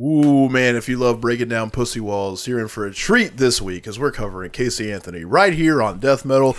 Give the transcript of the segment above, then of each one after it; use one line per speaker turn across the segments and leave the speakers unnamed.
Ooh, man, if you love breaking down pussy walls, you're in for a treat this week as we're covering Casey Anthony right here on Death Metal.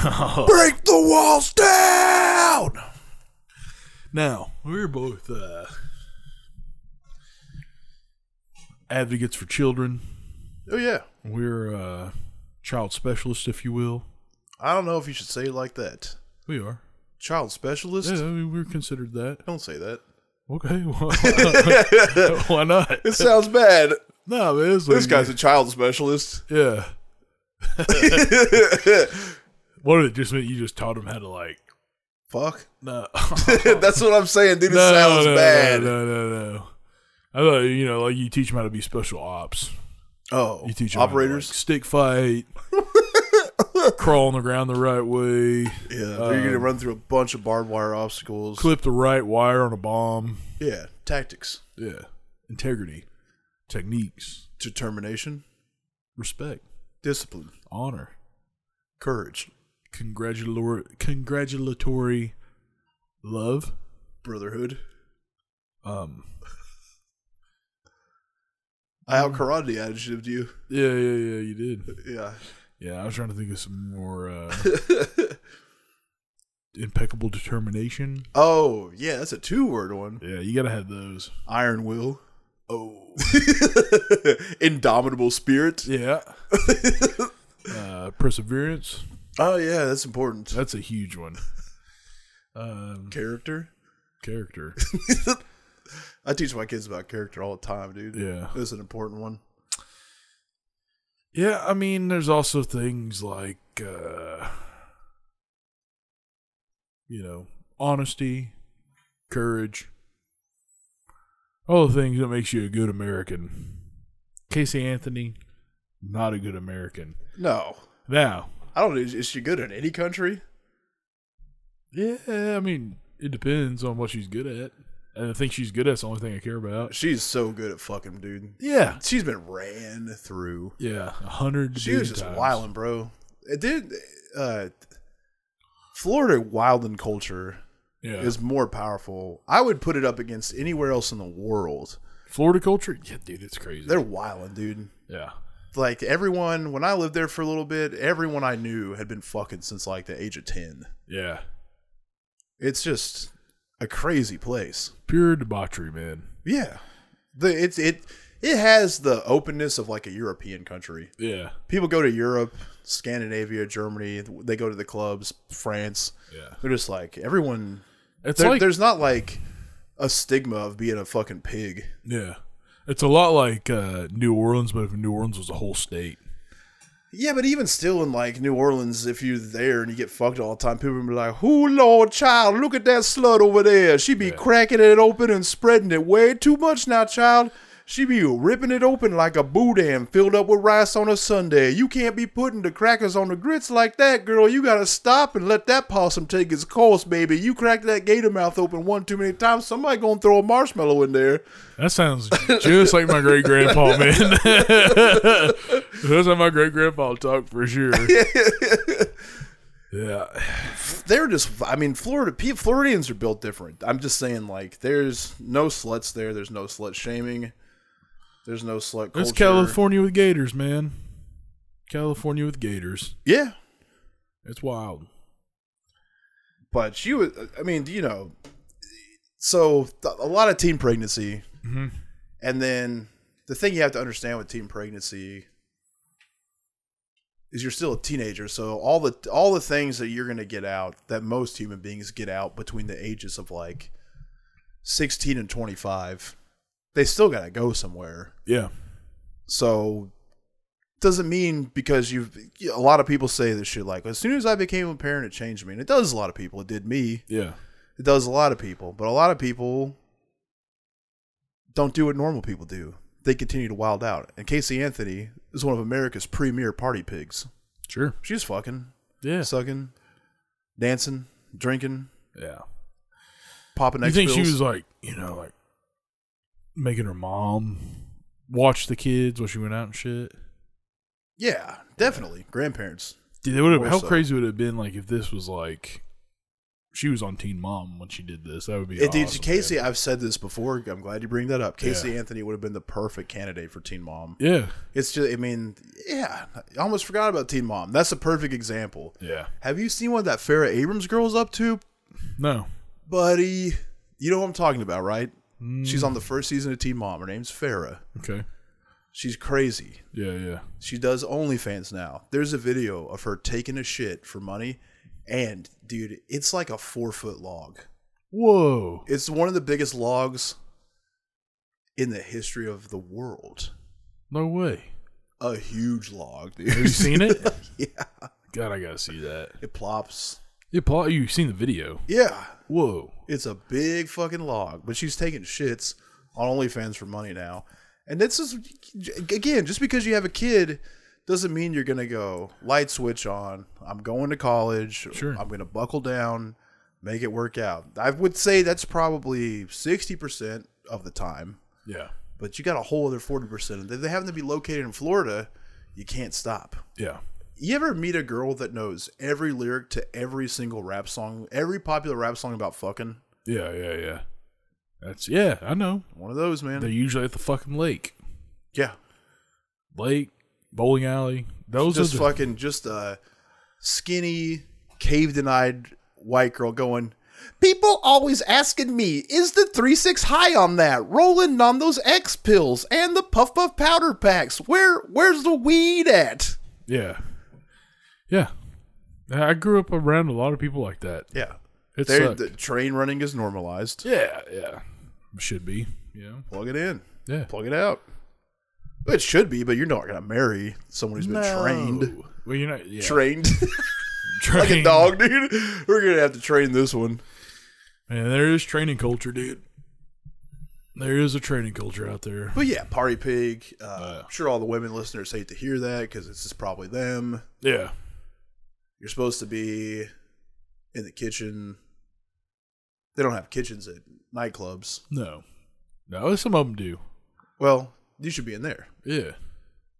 Break the walls down!
Now, we're both uh, advocates for children.
Oh, yeah.
We're uh, child specialists, if you will.
I don't know if you should say it like that.
We are.
Child specialist?
Yeah, I mean, we're considered that.
Don't say that.
Okay, well, why not?
It sounds bad.
No, man, it's
This
like-
guy's a child specialist.
yeah. What did it just mean? You just taught him how to like
Fuck.
no,
That's what I'm saying, dude. It
no,
sounds
no,
bad.
No, no, no, no. I thought you know, like you teach them how to be special ops.
Oh,
You teach 'em how to, like,
operators.
stick fight, crawl on the ground the right way,
yeah, they're gonna run through a bunch of barbed wire obstacles.
clip the right wire on a bomb.
Yeah, tactics,
Yeah, integrity, techniques,
determination,
respect,
discipline,
honor,
courage,
congratulatory, congratulatory love.
brotherhood.
Um,
I out karate adjectived you.
yeah, yeah, yeah. You did.
Yeah,
Yeah, I was trying to think of some more uh, impeccable determination.
Oh, yeah, that's a two word one.
Yeah, you gotta have those.
Iron will.
Oh,
Indomitable spirit.
yeah. uh, perseverance.
Oh, yeah, that's important.
That's a huge one. Um,
Character.
character.
I teach my kids about character all the time, dude.
Yeah.
That's an important one.
Yeah, I mean, there's also things like, uh, you know, honesty, courage, all the things that makes you a good American. Casey Anthony, not a good American.
No,
Now,
I don't. Is, is she good in any country?
yeah, I mean, it depends on what she's good at, and I think she's good at's the only thing I care about.
She's so good at fucking dude.
Yeah,
She's been ran through.
yeah, a hundred.
She was
dude
just
times.
wilding, bro. It did. Uh, Florida wilding culture
Yeah,
is more powerful. I would put it up against anywhere else in the world.
Florida culture. Yeah, dude, it's crazy.
They're wilding, dude.
yeah,
Like everyone, when I lived there for a little bit, everyone I knew had been fucking since like the age of ten.
yeah,
It's just a crazy place.
pure debauchery, man.
Yeah, the it's it it has the openness of like a European country.
Yeah,
people go to Europe, Scandinavia, Germany. They go to the clubs, France.
yeah.
They're just like everyone.
It's
there-
like
there's not like a stigma of being a fucking pig.
yeah, it's a lot like uh, New Orleans, but if New Orleans was a whole state,
Yeah, but even still in like New Orleans, if you're there and you get fucked all the time, people will be like, "Who, Lord, child, look at that slut over there. She be cracking it open and spreading it way too much now, child." She be ripping it open like a boudin filled up with rice on a Sunday. You can't be putting the crackers on the grits like that, girl. You gotta stop and let that possum take its course, baby. You cracked that gator mouth open one too many times. Somebody gonna throw a marshmallow in there.
that sounds just like my great grandpa, man. That's how my great grandpa talked for sure. yeah,
they're just i mean florida pe- floridians are built different i'm just saying like there's no sluts there there's no slut shaming there's no slut culture
it's California with gators, man. California with gators.
yeah
It's wild.
but she was i mean you know so th- a lot of teen pregnancy and then the thing you have to understand with teen pregnancy is you're still a teenager so all the all the things that you're going to get out that most human beings get out between the ages of like 16 and 25 they still got to go somewhere
Yeah,
so doesn't mean because you've a lot of people say this shit like as soon as I became a parent it changed me and it does a lot of people it did me
yeah,
it does a lot of people but a lot of people don't do what normal people do they continue to wild out and Casey Anthony is one of America's premier party pigs.
Sure.
She's fucking,
Yeah.
sucking, dancing, drinking,
yeah.
popping.
you think
X
she
pills.
was like, you know, like making her mom watch the kids while she went out and shit?
Yeah, definitely. Grandparents.
Dude, it would have,
More
how
so.
crazy would it have been like if this was like she was on Teen Mom when she did this? That would be
It,
awesome.
dude, Casey, I've said this before. I'm glad you bring that up. Casey
Yeah.
Anthony would have been the perfect candidate for Teen Mom.
man.
It's just, I mean, yeah, I almost forgot about Teen Mom. That's a perfect example.
Yeah. Yeah.
Have you seen what that Farrah Abrams girl's up to,
No.
buddy? You know what I'm talking about, right? She's on the first season of Teen Mom. Her name's Farrah.
Okay.
She's crazy.
Yeah, yeah.
She does OnlyFans now. There's a video of her taking a shit for money, and dude, it's like a four foot log.
Whoa.
It's one of the biggest logs in the history of the world.
No way.
A huge log, dude.
Have you seen it?
yeah,
God, I gotta see that.
it plops.
You Paul, you've seen the video.
Yeah,
Whoa.
It's a big fucking log, but she's taking shits on OnlyFans for money now. And this is again, just because you have a kid doesn't mean you're gonna go light switch on. I'm going to college.
Sure.
I'm gonna buckle down, make it work out. I would say that's probably sixty percent of the time,
Yeah.
but you got a whole other forty percent. And if they happen to be located in Florida, you can't stop.
Yeah.
You ever meet a girl that knows every lyric to every single rap song, every popular rap song about fucking?
Yeah, yeah, yeah. That's yeah, I know.
One of those, man.
They're usually at the fucking lake.
yeah.
Lake, bowling alley. Those
just
are the,
fucking just a skinny, caved in eyed white girl going, People always asking me, is the 3-6 high on that? Rolling on those X pills and the puff puff powder packs. Where where's the weed at?
Yeah. Yeah. I grew up around a lot of people like that.
Yeah.
It
There
sucked.
the train running is normalized.
yeah, yeah. Should be. Yeah.
Plug it in.
Yeah.
Plug it out. It should be, but you're not gonna marry someone who's been trained.
Well, you're not yeah.
Trained
trained.
like a dog, dude. We're gonna have to train this one.
Man, there is training culture, dude. There is a training culture out there.
But yeah, Party Pig. Uh, I'm sure all the women listeners hate to hear that because this is probably them.
Yeah.
You're supposed to be in the kitchen. They don't have kitchens at nightclubs.
No. No, some of them do.
Well, you should be in there,
Yeah.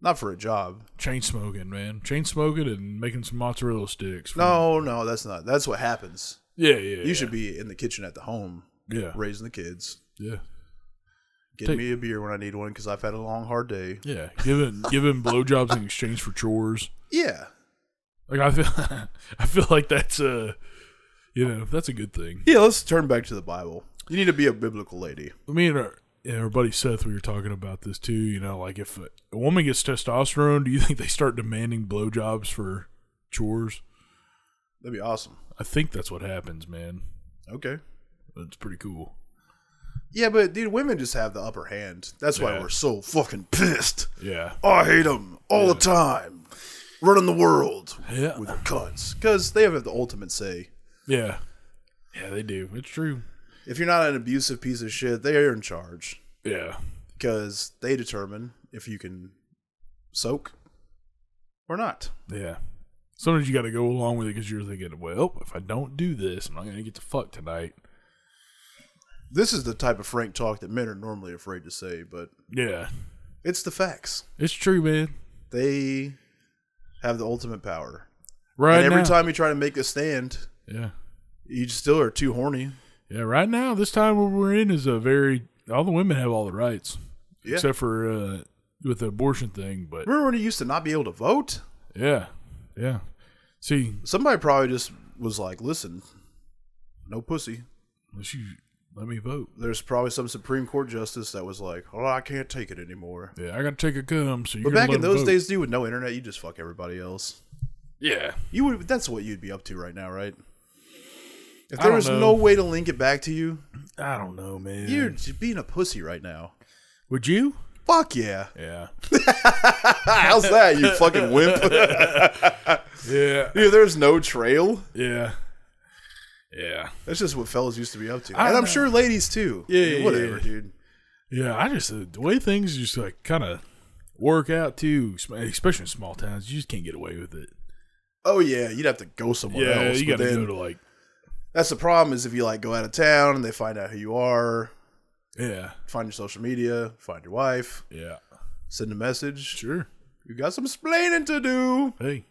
not for a job.
Chain smoking, man. Chain smoking and making some mozzarella sticks.
No, no, that's not. That's what happens.
Yeah, yeah.
You should be in the kitchen at the home,
Yeah.
raising the kids.
Yeah.
Getting
Take-
me a beer when I need one because I've had a long, hard day.
Yeah. Giving giving blowjobs in exchange for chores.
Yeah,
Like I feel, I feel like that's a, you know, that's a good thing.
yeah. Let's turn back to the Bible. You need to be a biblical lady.
Me and our, and er, our buddy Seth, we were talking about this too. You know, like if a, a woman gets testosterone, do you think they start demanding blowjobs for chores?
That'd be awesome.
I think that's what happens, man.
Okay.
That's pretty cool.
Yeah, but dude, women just have the upper hand. That's why
Yeah.
we're so fucking pissed.
Yeah,
I hate them all the time, running the world
yeah,
with their cunts because they have the ultimate say.
yeah, yeah. They do. It's true.
If you're not an abusive piece of shit, they are in charge
Yeah,
because they determine if you can soak or not.
yeah. Sometimes you got to go along with it because you're thinking, well, if I don't do this, I'm not gonna get to fuck tonight.
This is the type of frank talk that men are normally afraid to say, but
Yeah,
it's the facts.
it's true, man.
They have the ultimate power.
Right
and every
now,
time you try to make a stand,
yeah.
you still are too horny.
Yeah, right now, this time what we're in is a very all the women have all the rights,
Yeah.
except for uh, with the abortion thing. But
Remember when you used to not be able to vote?
yeah, yeah. See,
Somebody probably just was like, listen, no pussy.
let you let me vote.
There's probably some Supreme Court justice that was like, oh, I can't take it anymore.
Yeah, I got to take a cum. So you.
But back in those days, dude, with no internet, you just fuck everybody else.
yeah,
You would that's what you'd be up to right now, right? If
I
there
don't
was
know.
no way to link it back to you,
I don't know, man.
you're j- being a pussy right now.
Would you?
Fuck yeah.
Yeah,
How's that, you fucking wimp?
yeah,
dude, there's no trail.
yeah, yeah,
That's just what fellas used to be up to.
I
And I'm
know.
sure ladies too.
Yeah,
Dude,
yeah,
whatever,
yeah. uh,
dude.
yeah. I just the way things just like kind of Work out too, sm- especially in small towns. You just can't get away with it.
Oh yeah, you'd have to go somewhere
yeah,
else.
you
but
got to
then-
go to like
That's the problem is if you like go out of town and they find out who you are,
yeah,
find your social media, find your wife,
yeah,
send a message.
sure.
You got some splaining to do.
Hey,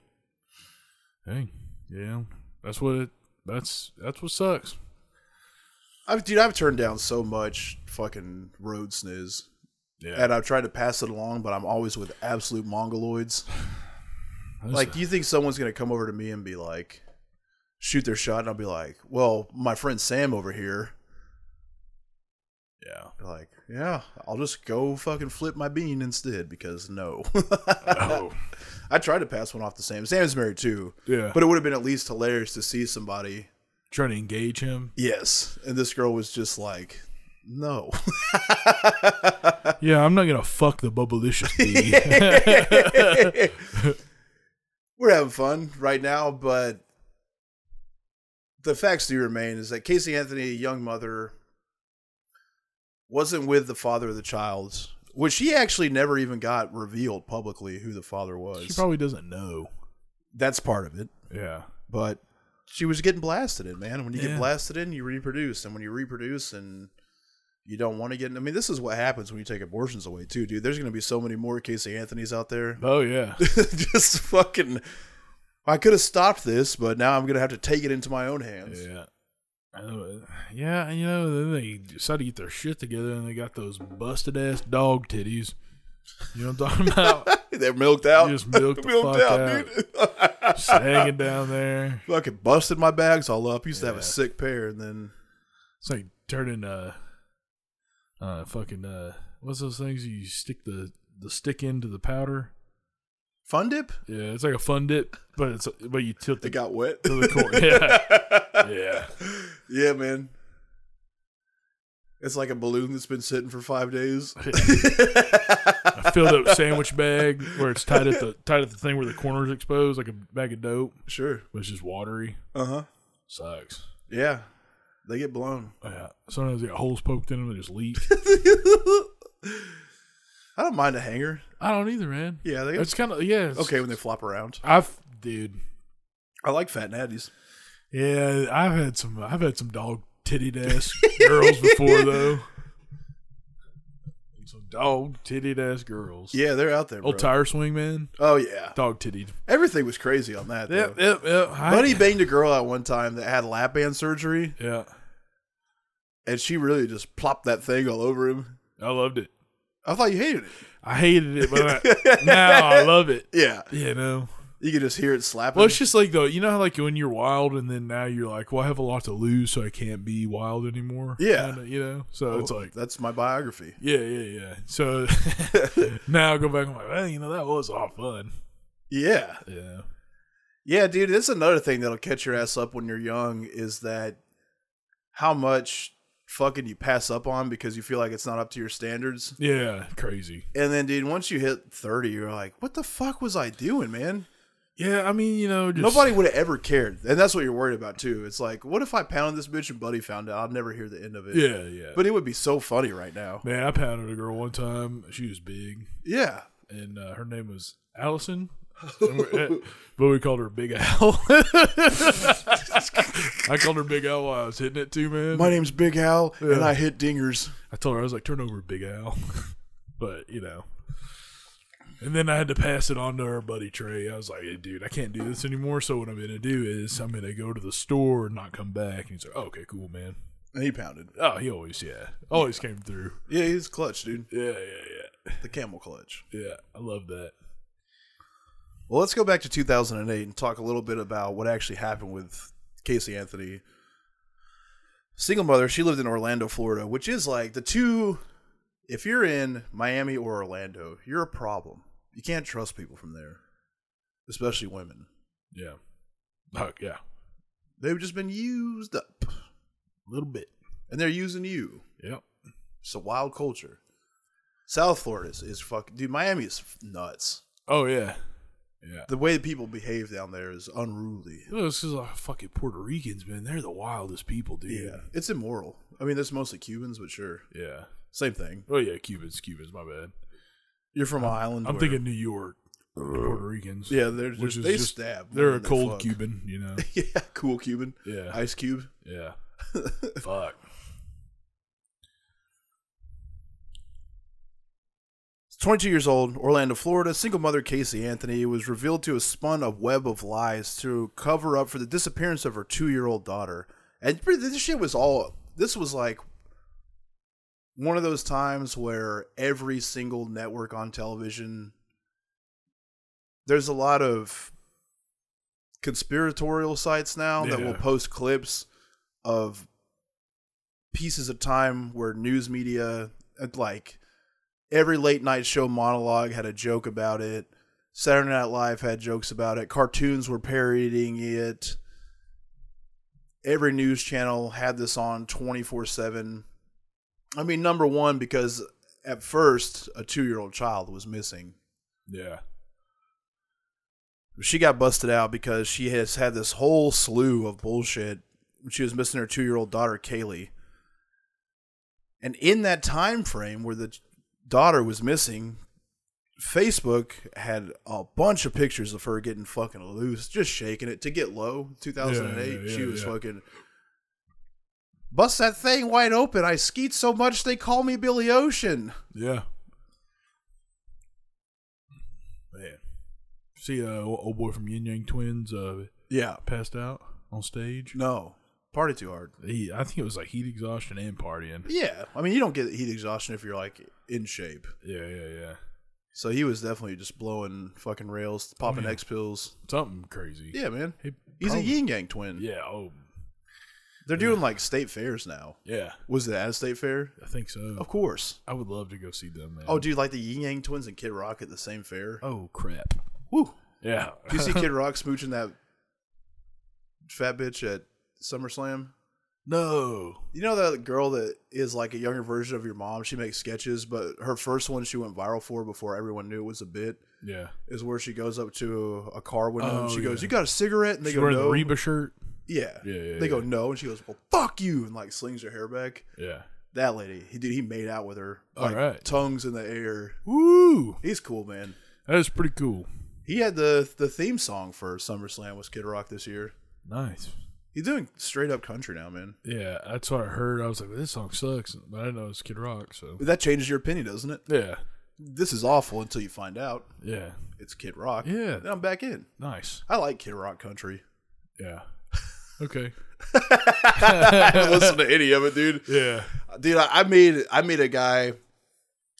hey, yeah, that's what it. That's that's what sucks.
I've dude, I've turned down so much fucking road sniz.
Yeah,
And I've tried to pass it along, but I'm always with absolute mongoloids.
that's-
Like, do you think someone's gonna come over to me and be like shoot their shot and I'll be like, Well, my friend Sam over here
yeah.
They're like, yeah, I'll just go fucking flip my bean instead because no.
Oh,
I tried to pass one off to Sam. Sam's married too.
yeah.
But it would have been at least hilarious to see somebody.
trying to engage him.
Yes. And this girl was just like, no.
Yeah, I'm not gonna fuck the bubblicious bee.
We're having fun right now, but the facts do remain is that Casey Anthony, a young mother, wasn't with the father of the child, which he actually never even got revealed publicly who the father
she
was.
probably doesn't know.
That's part of it.
Yeah,
but she was getting blasted in, man. When you
Yeah.
get blasted in, you reproduce, and when you reproduce, and you don't want to get. I mean, this is what happens when you take abortions away, too, dude. There's gonna be so many more Casey Anthony's out there,
Oh yeah.
just fucking. I could have stopped this, but now I'm gonna have to take it into my own hands.
Yeah. I know it. Yeah, and you know, then they decided to get their shit together and they got those busted ass dog titties. You know what I'm talking about?
They're milked out,
Just milked the fuck out.
dude.
Just hanging down there.
Fucking busted my bags all up. Used to have
Yeah.
a sick pair, and then
It's like turning uh uh fucking uh what's those things you stick the the stick into the powder?
Fun Dip.
Yeah, it's like a fun dip, but it's but you tilt
It
the
got wet.
to the corner. Yeah. Yeah.
Yeah, man. It's like a balloon that's been sitting for five days.
A filled up sandwich bag where it's tied at the tied at the thing where the corner's exposed, like a bag of dope,
Sure.
which is watery.
Uh huh.
Sucks.
Yeah. They get blown.
Yeah. Sometimes they got holes poked in them and just leak.
I don't mind a hanger.
I don't either, man.
Yeah, they
It's kind of yeah. it's-
okay when they flop around.
I've dude.
I like fat natties.
Yeah, I've had some. I've had some dog titty ass girls before though. Some dog titty ass girls.
Yeah, they're out there. Bro.
Old tire swing man.
Oh yeah,
Dog titty.
everything was crazy on that.
Yep,
though.
yep, yep. I-
Buddy banged a girl out one time that had lap band surgery,
Yeah,
and she really just plopped that thing all over him.
I loved it.
I thought you hated it.
I hated it, but I, now I love it.
Yeah,
You know.
you could just hear it slapping.
Well, it's just like though, you know how like when you're wild, and then now you're like, well, I have a lot to lose, so I can't be wild anymore.
Yeah. Oh.
Kinda, you know. So it's like,
that's my biography.
yeah, yeah, yeah. So now I go back. I'm like, well, you know, that was all fun.
Yeah.
Yeah.
Yeah, dude, that's another thing that'll catch your ass up when you're young is that how much fucking you pass up on because you feel like it's not up to your standards.
Yeah. Crazy.
And then, dude, once you hit 30, you're like, what the fuck was I doing, man?
Yeah. I mean, you know, just,
Nobody would have ever cared. And that's what you're worried about, too. It's like, what if I pounded this bitch and Buddy found out? I'd never hear the end of it.
Yeah. Yeah.
But it would be so funny right now.
man, I pounded a girl one time. She was big,
Yeah.
and uh, her name was Allison. And we're- but we called her Big Al. I called her Big Al while I was hitting it too, man.
My name's Big Al, and
Yeah.
I hit dingers.
I told her I was like, turn over, Big Al. but you know, and then I had to pass it on to our buddy Trey. I was like, hey, dude, I can't do this anymore. So what I'm gonna do is I'm gonna go to the store and not come back. And he's like, oh, okay, cool, man.
And he pounded.
Oh, he always, yeah, always came through.
Yeah, he's clutch, dude.
Yeah, yeah,
The camel clutch.
yeah, yeah. I love that.
Well, let's go back to 2008 and talk a little bit about what actually happened with Casey Anthony. Single mother, she lived in Orlando, Florida, which is like the two. If you're in Miami or Orlando, you're a problem. You can't trust people from there, especially women.
Yeah, oh, yeah,
They've just been used up,
a little bit.
and they're using you.
Yep.
It's a wild culture. South Florida is, is fuck, dude. Miami is nuts.
Oh yeah, yeah.
The way that people behave down there is unruly.
You know, this is like fucking Puerto Ricans, man. They're the wildest people, dude.
Yeah, it's immoral. I mean, that's mostly Cubans, but sure,
Yeah.
same thing.
Oh yeah, Cubans, Cubans. My bad.
You're from an island.
I'm
where-
thinking New York, the Puerto Ricans.
Yeah, they're just,
Which is
they
just-
stab.
They're
when
a
they
cold
fuck.
Cuban, you know.
yeah, cool Cuban.
Yeah.
Ice Cube.
yeah. Fuck.
He's 22 years old, Orlando, Florida, single mother Casey Anthony was revealed to have spun a web of lies to cover up for the disappearance of her two-year-old daughter. And pretty- this shit was all. This was like one of those times where every single network on television, there's a lot of conspiratorial sites now that will
Yeah.
post clips of pieces of time where news media uh, like every late night show monologue had a joke about it. Saturday Night Live had jokes about it. Cartoons were parodying it. Every news channel had this on 24 7. I mean, number one, because at first a two year old child was missing.
Yeah.
She got busted out because she has had this whole slew of bullshit. She was missing her two year old daughter, Kaylee. And in that time frame where the daughter was missing, Facebook had a bunch of pictures of her getting fucking loose, just shaking it to get low. 2008,
Yeah, yeah,
she was
yeah.
fucking bust that thing wide open. I skeet so much they call me Billy Ocean.
Yeah. Man. See, uh, old old boy from Yin Yang Twins uh,
Yeah,
passed out on stage.
no, party too hard.
He, I think it was like heat exhaustion and partying.
Yeah, I mean you don't get heat exhaustion if you're like in shape.
Yeah, yeah, yeah.
So he was definitely just blowing fucking rails, popping
yeah.
X pills.
Something crazy.
Yeah, man.
He
He's a
probably-
yin yang twin.
Yeah. Oh,
They're doing like state fairs now.
yeah.
Was it at a state fair?
I think so.
Of course.
I would love to go see them. Man.
Oh, dude, like the yin yang twins and Kid Rock at the same fair.
Oh crap.
Woo.
Yeah.
Did you see Kid Rock smooching that fat bitch at SummerSlam?
no.
You know that girl that is like a younger version of your mom? She makes sketches, but her first one she went viral for before everyone knew it was a bit
Yeah.
is where she goes up to a car window and
Oh,
she goes,
yeah.
You got a cigarette? And they
She's
go,
wearing
no.
the Reba shirt.
Yeah.
Yeah, yeah,
they go,
yeah.
no. And she goes, well, fuck you. And like slings her hair back.
Yeah.
That lady, he, dude, he made out with her.
All
Like,
right.
Tongues in the air.
Woo.
He's cool, man.
That is pretty cool.
He had the, the theme song for SummerSlam was Kid Rock this year.
Nice.
He's doing straight up country now, man.
Yeah, that's what I heard. I was like, this song sucks, but I didn't know it's Kid Rock. So
That changes your opinion, doesn't it?
yeah,
This is awful until you find out
yeah,
it's Kid Rock.
Yeah.
Then I'm back in.
nice.
I like Kid Rock country.
Yeah. Okay.
I don't listen to any of it, dude.
Yeah.
dude I, I made i made a guy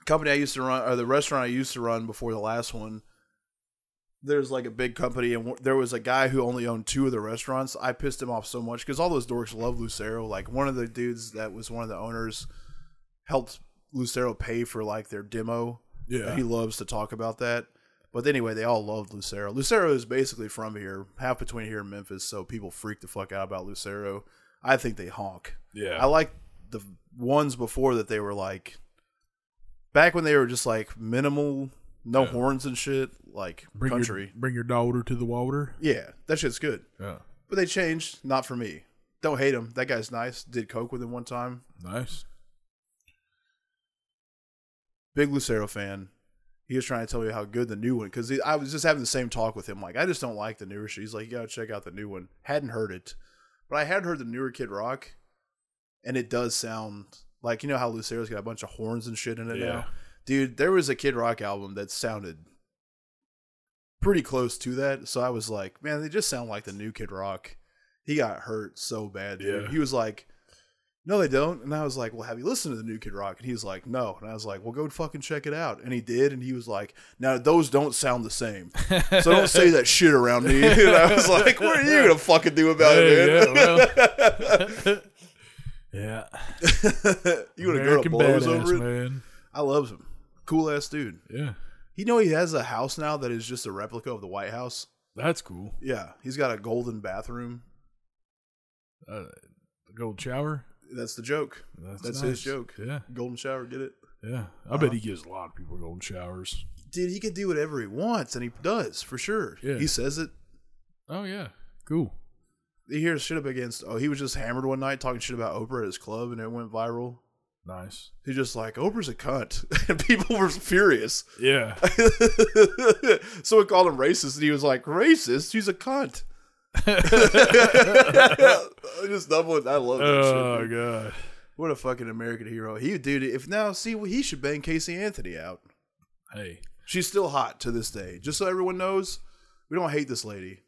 company i used to run or the restaurant i used to run before the last one there's like a big company and w- there was a guy who only owned two of the restaurants i pissed him off so much because all those dorks love lucero like one of the dudes that was one of the owners helped lucero pay for like their demo
Yeah.
he loves to talk about that but anyway they all loved lucero lucero is basically from here half between here and memphis so people freak the fuck out about lucero i think they honk
Yeah.
I like the ones before that they were like back when they were just like minimal, no
Yeah.
horns and shit, like
bring
country.
your bring your daughter to the water.
yeah, that shit's good.
Yeah.
But they changed, not for me. Don't hate him. That guy's nice. Did coke with him one time.
Nice.
Big Lucero fan. He was trying to tell me how good the new one because I was just having the same talk with him. Like I just don't like the newer shit. He's like, you gotta check out the new one. Hadn't heard it, but I had heard the newer Kid Rock, and it does sound like you know how Lucero's got a bunch of horns and shit in it now.
Yeah.
dude there was a kid rock album that sounded pretty close to that so i was like man they just sound like the new kid rock he got hurt so bad dude.
Yeah.
he was like no they don't and i was like well have you listened to the new kid rock and he was like no and i was like well go fucking check it out and he did and he was like now those don't sound the same so don't say that shit around me and i was like what are you gonna fucking do about it man
Hey, yeah. well. yeah.
you gonna go to blows
badass,
over it
man.
i love him cool ass dude
Yeah.
You know he has a house now that is just a replica of the White House.
That's cool.
Yeah, he's got a golden bathroom.
Uh, gold shower.
That's the joke.
That's,
That's
nice.
his joke. Uh-huh.
Yeah.
Golden shower, get it?
Yeah. I bet he gives a lot of people golden showers.
Dude, he can do whatever he wants, and he does for sure.
Yeah.
He says it.
Oh yeah. Cool.
He hears shit up against. Oh, he was just hammered one night talking shit about Oprah at his club, and it went viral.
Nice.
He's just like, Oprah's a cunt. And people were furious.
Yeah.
Someone called him racist, and he was like, Racist? She's a cunt. I just doubling. I love that shit.
oh
dude.
god.
What a fucking American hero. He, dude, if now, see, he should bang Casey Anthony out.
Hey.
She's still hot to this day. Just so everyone knows, we don't hate this lady.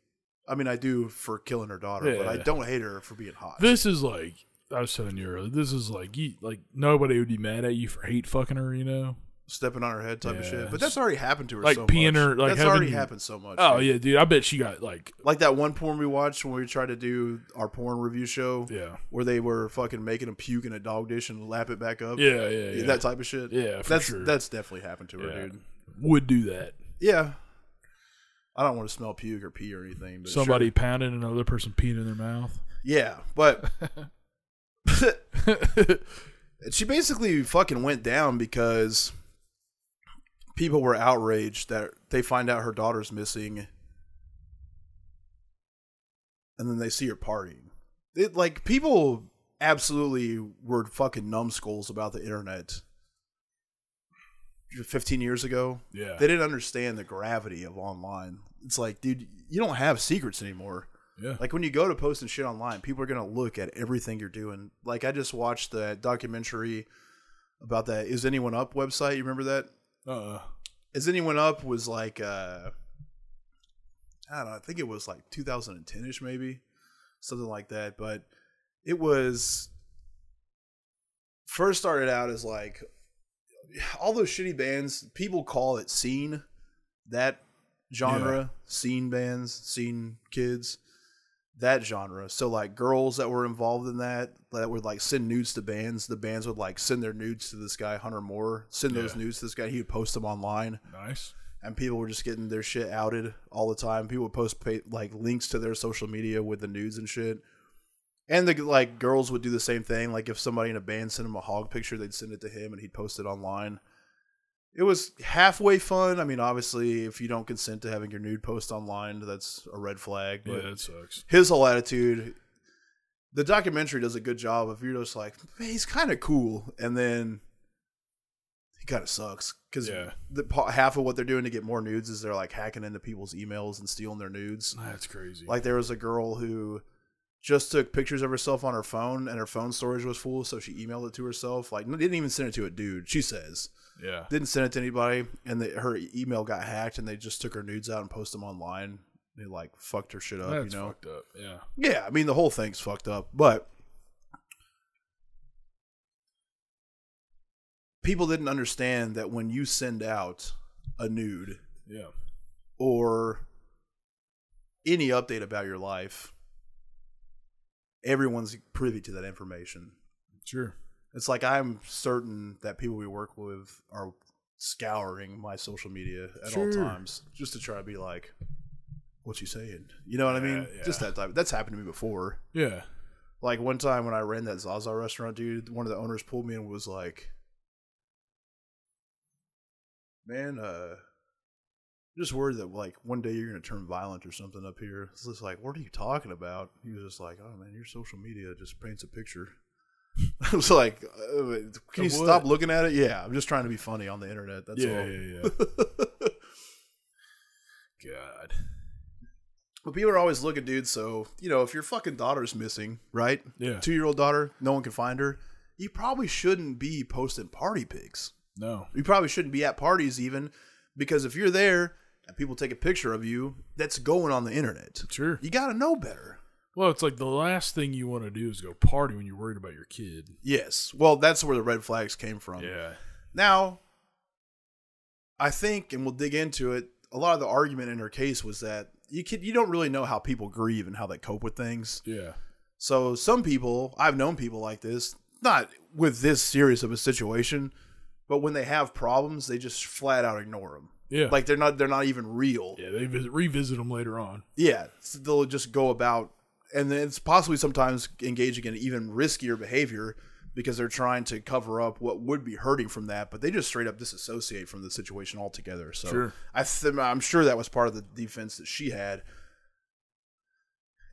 I mean, I do for killing her daughter, but I
Yeah.
don't hate her for being hot.
This is like I was telling you earlier. This is like you, like nobody would be mad at you for hate fucking her. You know.
Stepping on her head type of shit.
Yeah.
But that's already happened to her
Like
so
peeing
much.
her- like
that's
having
already
you-
happened so much.
Oh
dude.
yeah, dude. I bet she got like
Like that one porn we watched when we tried to do our porn review show
yeah,
where they were fucking making him puke in a dog dish and lap it back up.
yeah, yeah, yeah.
That type of shit.
Yeah, for
that's
sure.
that's definitely happened to her,
Yeah.
dude.
would do that.
Yeah. I don't want to smell puke or pee or anything, but sure.
Somebody pounding another person peeing in their mouth.
Yeah, but she basically fucking went down because people were outraged that they find out her daughter's missing and then they see her partying. It like people absolutely were fucking numbskulls about the internet 15 years ago.
yeah.
They didn't understand the gravity of online. It's like, dude, you don't have secrets anymore.
yeah.
Like when you go to posting shit online, people are gonna look at everything you're doing. Like I just watched the documentary about that Is Anyone Up website. You remember that?
uh
Is Anyone Up was like uh I don't know, I think it was like 2010 ish maybe. Something like that. But it was first started out as like all those shitty bands, people call it scene, that genre, scene bands, scene kids, that genre. So like girls that were involved in that that would like send nudes to bands, the bands would like send their nudes to this guy, Hunter Moore, send those
Yeah.
nudes to this guy, he would post them online
nice.
and people were just getting their shit outed all the time. People would post pa like links to their social media with the nudes and shit. And the like girls would do the same thing. Like if somebody in a band sent him a hog picture, they'd send it to him and he'd post it online. It was halfway fun. I mean, obviously, if you don't consent to having your nude post online, that's a red flag. But
yeah, that sucks.
his whole attitude. The documentary does a good job of you're just like, man, he's kind of cool, and then he kind of sucks because
Yeah.
the pa- half of what they're doing to get more nudes is they're like hacking into people's emails and stealing their nudes.
That's crazy.
Like there was a girl who just took pictures of herself on her phone, and her phone storage was full, so she emailed it to herself. Like didn't even send it to a dude. She says
yeah.
didn't send it to anybody, and the, her email got hacked, and they just took her nudes out and posted them online. They like fucked her shit up,
That's
you know.
fucked up. Yeah.
Yeah, I mean the whole thing's fucked up, but people didn't understand that when you send out a nude
Yeah.
or any update about your life, everyone's privy to that information.
Sure.
It's like I'm certain that people we work with are scouring my social media at all
Sure.
times just to try to be like, "What you saying?" You know what I mean?
Yeah, yeah.
Just that type. That's happened to me before.
Yeah.
Like one time when I ran that Zaza restaurant, dude, one of the owners pulled me and was like, "Man, uh, I'm just worried that like one day you're gonna turn violent or something up here." It's just like, "What are you talking about?" He was just like, "Oh man, your social media just paints a picture." I was like, uh, "Can you
Of
stop
what?
looking at it?" Yeah, I'm just trying to be funny on the internet. That's
yeah,
all.
yeah. Yeah. God.
But people are always looking, dude. So you know, if your fucking daughter's missing, right?
Yeah.
two year old daughter, no one can find her. You probably shouldn't be posting party pics.
No.
You probably shouldn't be at parties even because if you're there and people take a picture of you, that's going on the internet.
Sure.
You got to know better.
Well, it's like the last thing you want to do is go party when you're worried about your kid.
Yes. Well, that's where the red flags came from.
Yeah.
Now, I think, and we'll dig into it. A lot of the argument in her case was that you can, you don't really know how people grieve and how they cope with things.
Yeah.
So some people, I've known people like this, not with this serious of a situation, but when they have problems, they just flat out ignore them.
Yeah.
Like they're not they're not even real.
yeah, they visit, revisit them later on.
Yeah, so they'll just go about and then it's possibly sometimes engaging in even riskier behavior because they're trying to cover up what would be hurting from that, but they just straight up disassociate from the situation altogether. So
Sure.
I th- I'm sure that was part of the defense that she had.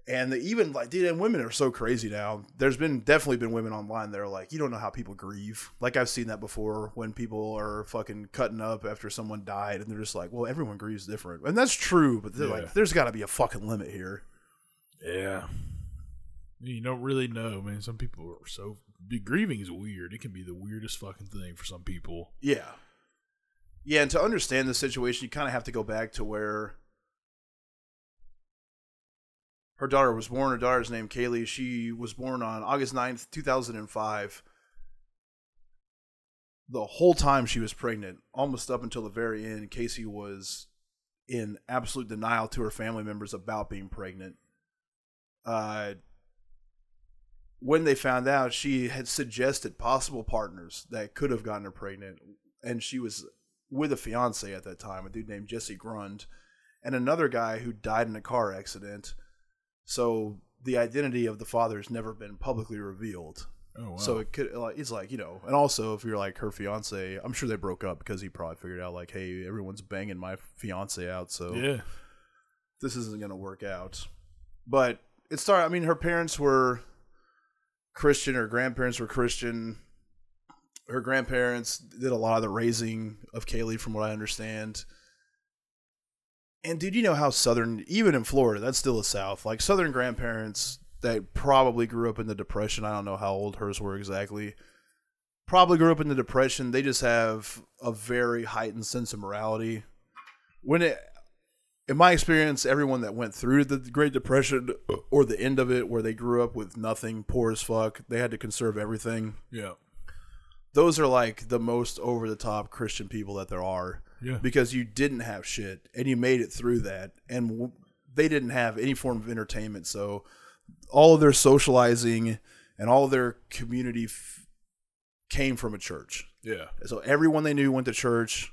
And the, even like, dude, and women are so crazy now. There's been definitely been women online that are like, you don't know how people grieve. Like I've seen that before when people are fucking cutting up after someone died, and they're just like, well, everyone grieves different, and that's true. But they're
Yeah.
like, there's got to be a fucking limit here.
Yeah. You don't really know, man. Some people are so dude, grieving is weird. It can be the weirdest fucking thing for some people.
Yeah. Yeah, and to understand the situation, you kind of have to go back to where her daughter was born. Her daughter's named Kaylee. She was born on August 9th, 2005. The whole time she was pregnant, almost up until the very end, Casey was in absolute denial to her family members about being pregnant. Uh, when they found out, she had suggested possible partners that could have gotten her pregnant, and she was with a fiance at that time, a dude named Jesse Grund, and another guy who died in a car accident. So the identity of the father has never been publicly revealed.
Oh wow.
So it could, like, it's like you know, and also if you're like her fiance, I'm sure they broke up because he probably figured out like, hey, everyone's banging my fiance out, so
yeah.
this isn't going to work out. But it started, I mean, her parents were Christian, her grandparents were Christian. Her grandparents did a lot of the raising of Kaylee, from what I understand. And dude, you know how Southern, even in Florida, that's still the South. Like Southern grandparents that probably grew up in the Depression. I don't know how old hers were exactly. Probably grew up in the Depression. They just have a very heightened sense of morality. When it, in my experience, everyone that went through the Great Depression or the end of it, where they grew up with nothing, poor as fuck, they had to conserve everything.
Yeah.
Those are like the most over the top Christian people that there are
Yeah.
because you didn't have shit and you made it through that. And w- they didn't have any form of entertainment. So all of their socializing and all of their community f- came from a church.
yeah.
So everyone they knew went to church.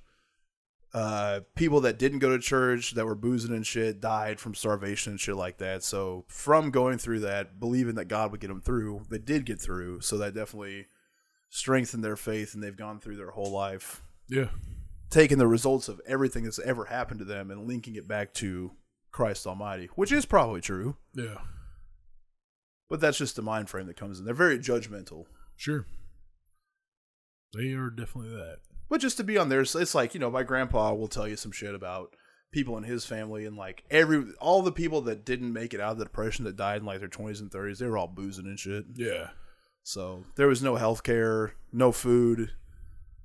Uh, people that didn't go to church that were boozing and shit died from starvation and shit like that. So from going through that, believing that God would get them through, they did get through. So that definitely strengthened their faith, and they've gone through their whole life
Yeah.
taking the results of everything that's ever happened to them and linking it back to Christ Almighty, which is probably true.
Yeah.
But that's just the mind frame that comes in. They're very judgmental.
Sure. They are definitely that.
But just to be on there, it's- it's like you know, my grandpa will tell you some shit about people in his family and like every all the people that didn't make it out of the depression that died in like their twenties and thirties, they were all boozing and shit.
Yeah.
So there was no health care, no food,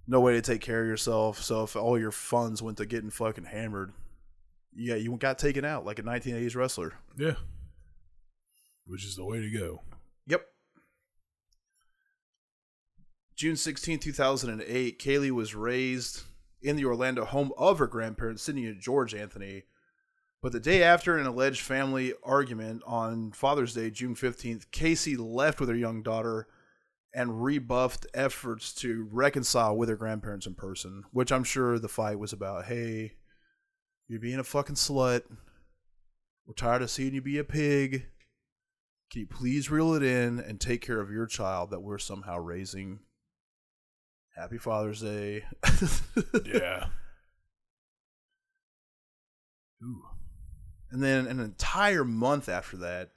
no way to take care of yourself. So if all your funds went to getting fucking hammered, yeah, you got taken out like a 1980s wrestler.
Yeah. Which is the way to go.
Yep. June 16, 2008, Kaylee was raised in the Orlando home of her grandparents, Sidney and George Anthony. But the day after an alleged family argument on Father's Day, June 15th, Casey left with her young daughter and rebuffed efforts to reconcile with her grandparents in person, which I'm sure the fight was about, hey, you're being a fucking slut. We're tired of seeing you be a pig. Can you please reel it in and take care of your child that we're somehow raising? Happy Father's Day.
Yeah. Ooh.
And then an entire month after that,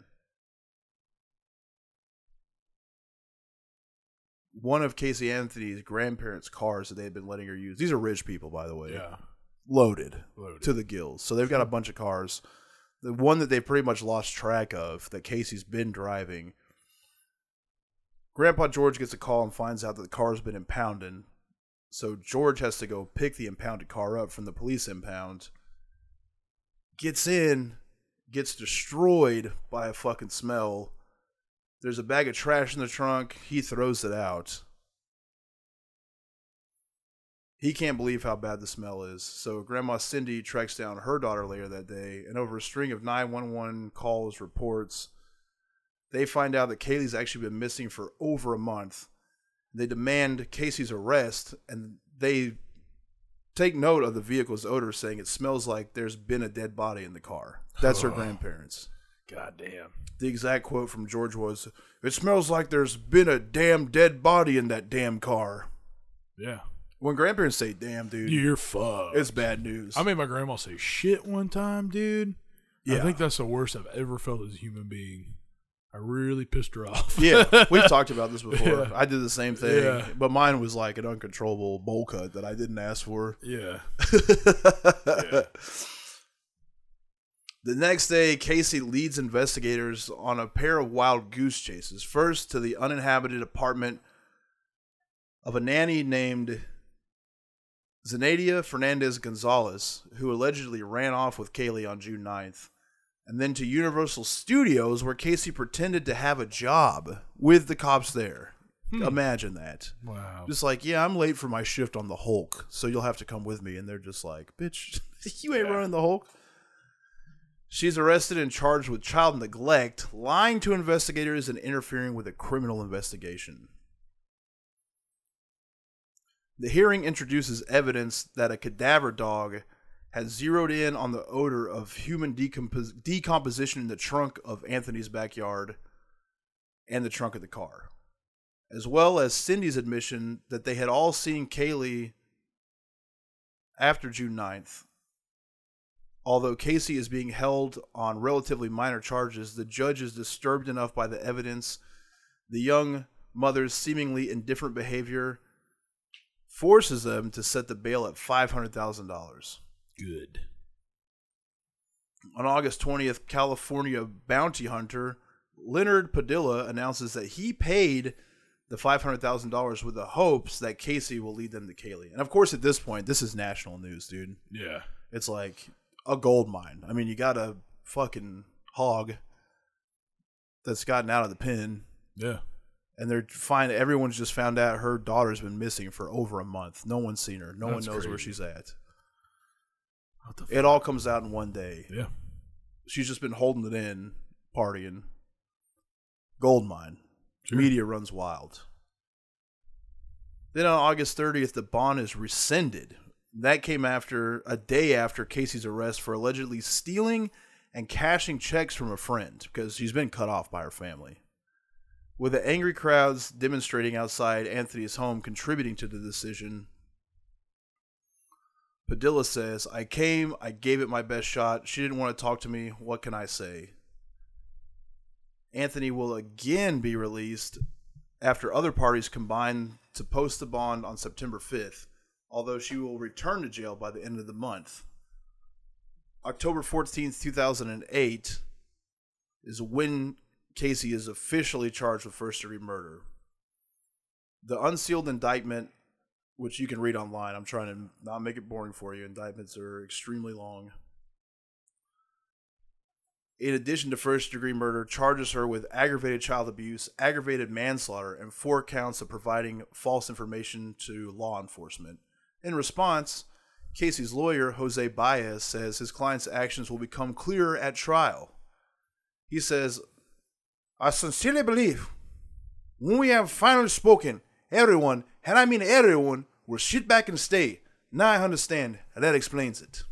one of Casey Anthony's grandparents' cars that they had been letting her use, these are rich people, by the way,
Yeah.
loaded
Loaded.
to the gills. So they've got a bunch of cars. The one that they pretty much lost track of that Casey's been driving. Grandpa George gets a call and finds out that the car's been impounded. So George has to go pick the impounded car up from the police impound. Gets in, gets destroyed by a fucking smell. There's a bag of trash in the trunk. He throws it out. He can't believe how bad the smell is. So Grandma Cindy tracks down her daughter later that day, and over a string of 911 calls, reports, they find out that Kaylee's actually been missing for over a month. They demand Casey's arrest, and they take note of the vehicle's odor, saying it smells like there's been a dead body in the car. That's her
Oh.
grandparents.
God damn.
The exact quote from George was, It smells like there's been a damn dead body in that damn car.
Yeah.
When grandparents say damn, dude,
You're fucked.
it's bad news.
I made my grandma say shit one time, dude. I
Yeah.
think that's the worst I've ever felt as a human being. I really pissed her off.
yeah, we've talked about this before.
Yeah.
I did the same thing,
Yeah.
but mine was like an uncontrollable bowl cut that I didn't ask for.
yeah.
the next day, Casey leads investigators on a pair of wild goose chases. First to the uninhabited apartment of a nanny named Zenadia Fernandez Gonzalez, who allegedly ran off with Kaylee on June 9th. And then to Universal Studios, where Casey pretended to have a job with the cops there. Imagine that.
Hmm. Wow.
Just like, yeah, I'm late for my shift on the Hulk, so you'll have to come with me. And they're just like, bitch, you ain't
Yeah.
running the Hulk. She's arrested and charged with child neglect, lying to investigators, and interfering with a criminal investigation. The hearing introduces evidence that a cadaver dog had zeroed in on the odor of human decompos- decomposition in the trunk of Anthony's backyard and the trunk of the car as well as Cindy's admission that they had all seen Kaylee after June 9th. Although Casey is being held on relatively minor charges, the judge is disturbed enough by the evidence, the young mother's seemingly indifferent behavior forces them to set the bail at $500,000.
Good.
On August 20th, California bounty hunter Leonard Padilla announces that he paid the $500,000 with the hopes that Casey will lead them to Kaylee. And of course, at this point, this is national news, dude.
Yeah.
It's like a gold mine. I mean, you got a fucking hog that's gotten out of the pen,
Yeah.
and they're find everyone's just found out her daughter's been missing for over a month. No one's seen her. No
That's
one knows where
crazy.
she's at.
What the
It all comes out in one day.
Yeah.
she's just been holding it in, partying. Gold mine.
Sure.
Media runs wild. Then on August 30th, the bond is rescinded. That came after a day after Casey's arrest for allegedly stealing and cashing checks from a friend because she's been cut off by her family. With the angry crowds demonstrating outside Anthony's home contributing to the decision, Padilla says, I came, I gave it my best shot. She didn't want to talk to me. What can I say? Anthony will again be released after other parties combine to post the bond on September 5th, although she will return to jail by the end of the month. October 14th, 2008 is when Casey is officially charged with first degree murder. The unsealed indictment which you can read online. I'm trying to not make it boring for you. Indictments are extremely long. In addition to first degree murder, charges her with aggravated child abuse, aggravated manslaughter, and four counts of providing false information to law enforcement. In response, Casey's lawyer, Jose Baez, says his client's actions will become clearer at trial. He says, I sincerely believe when we have finally spoken, everyone, and I mean everyone, will sit back and stay. Now I understand. and That explains it.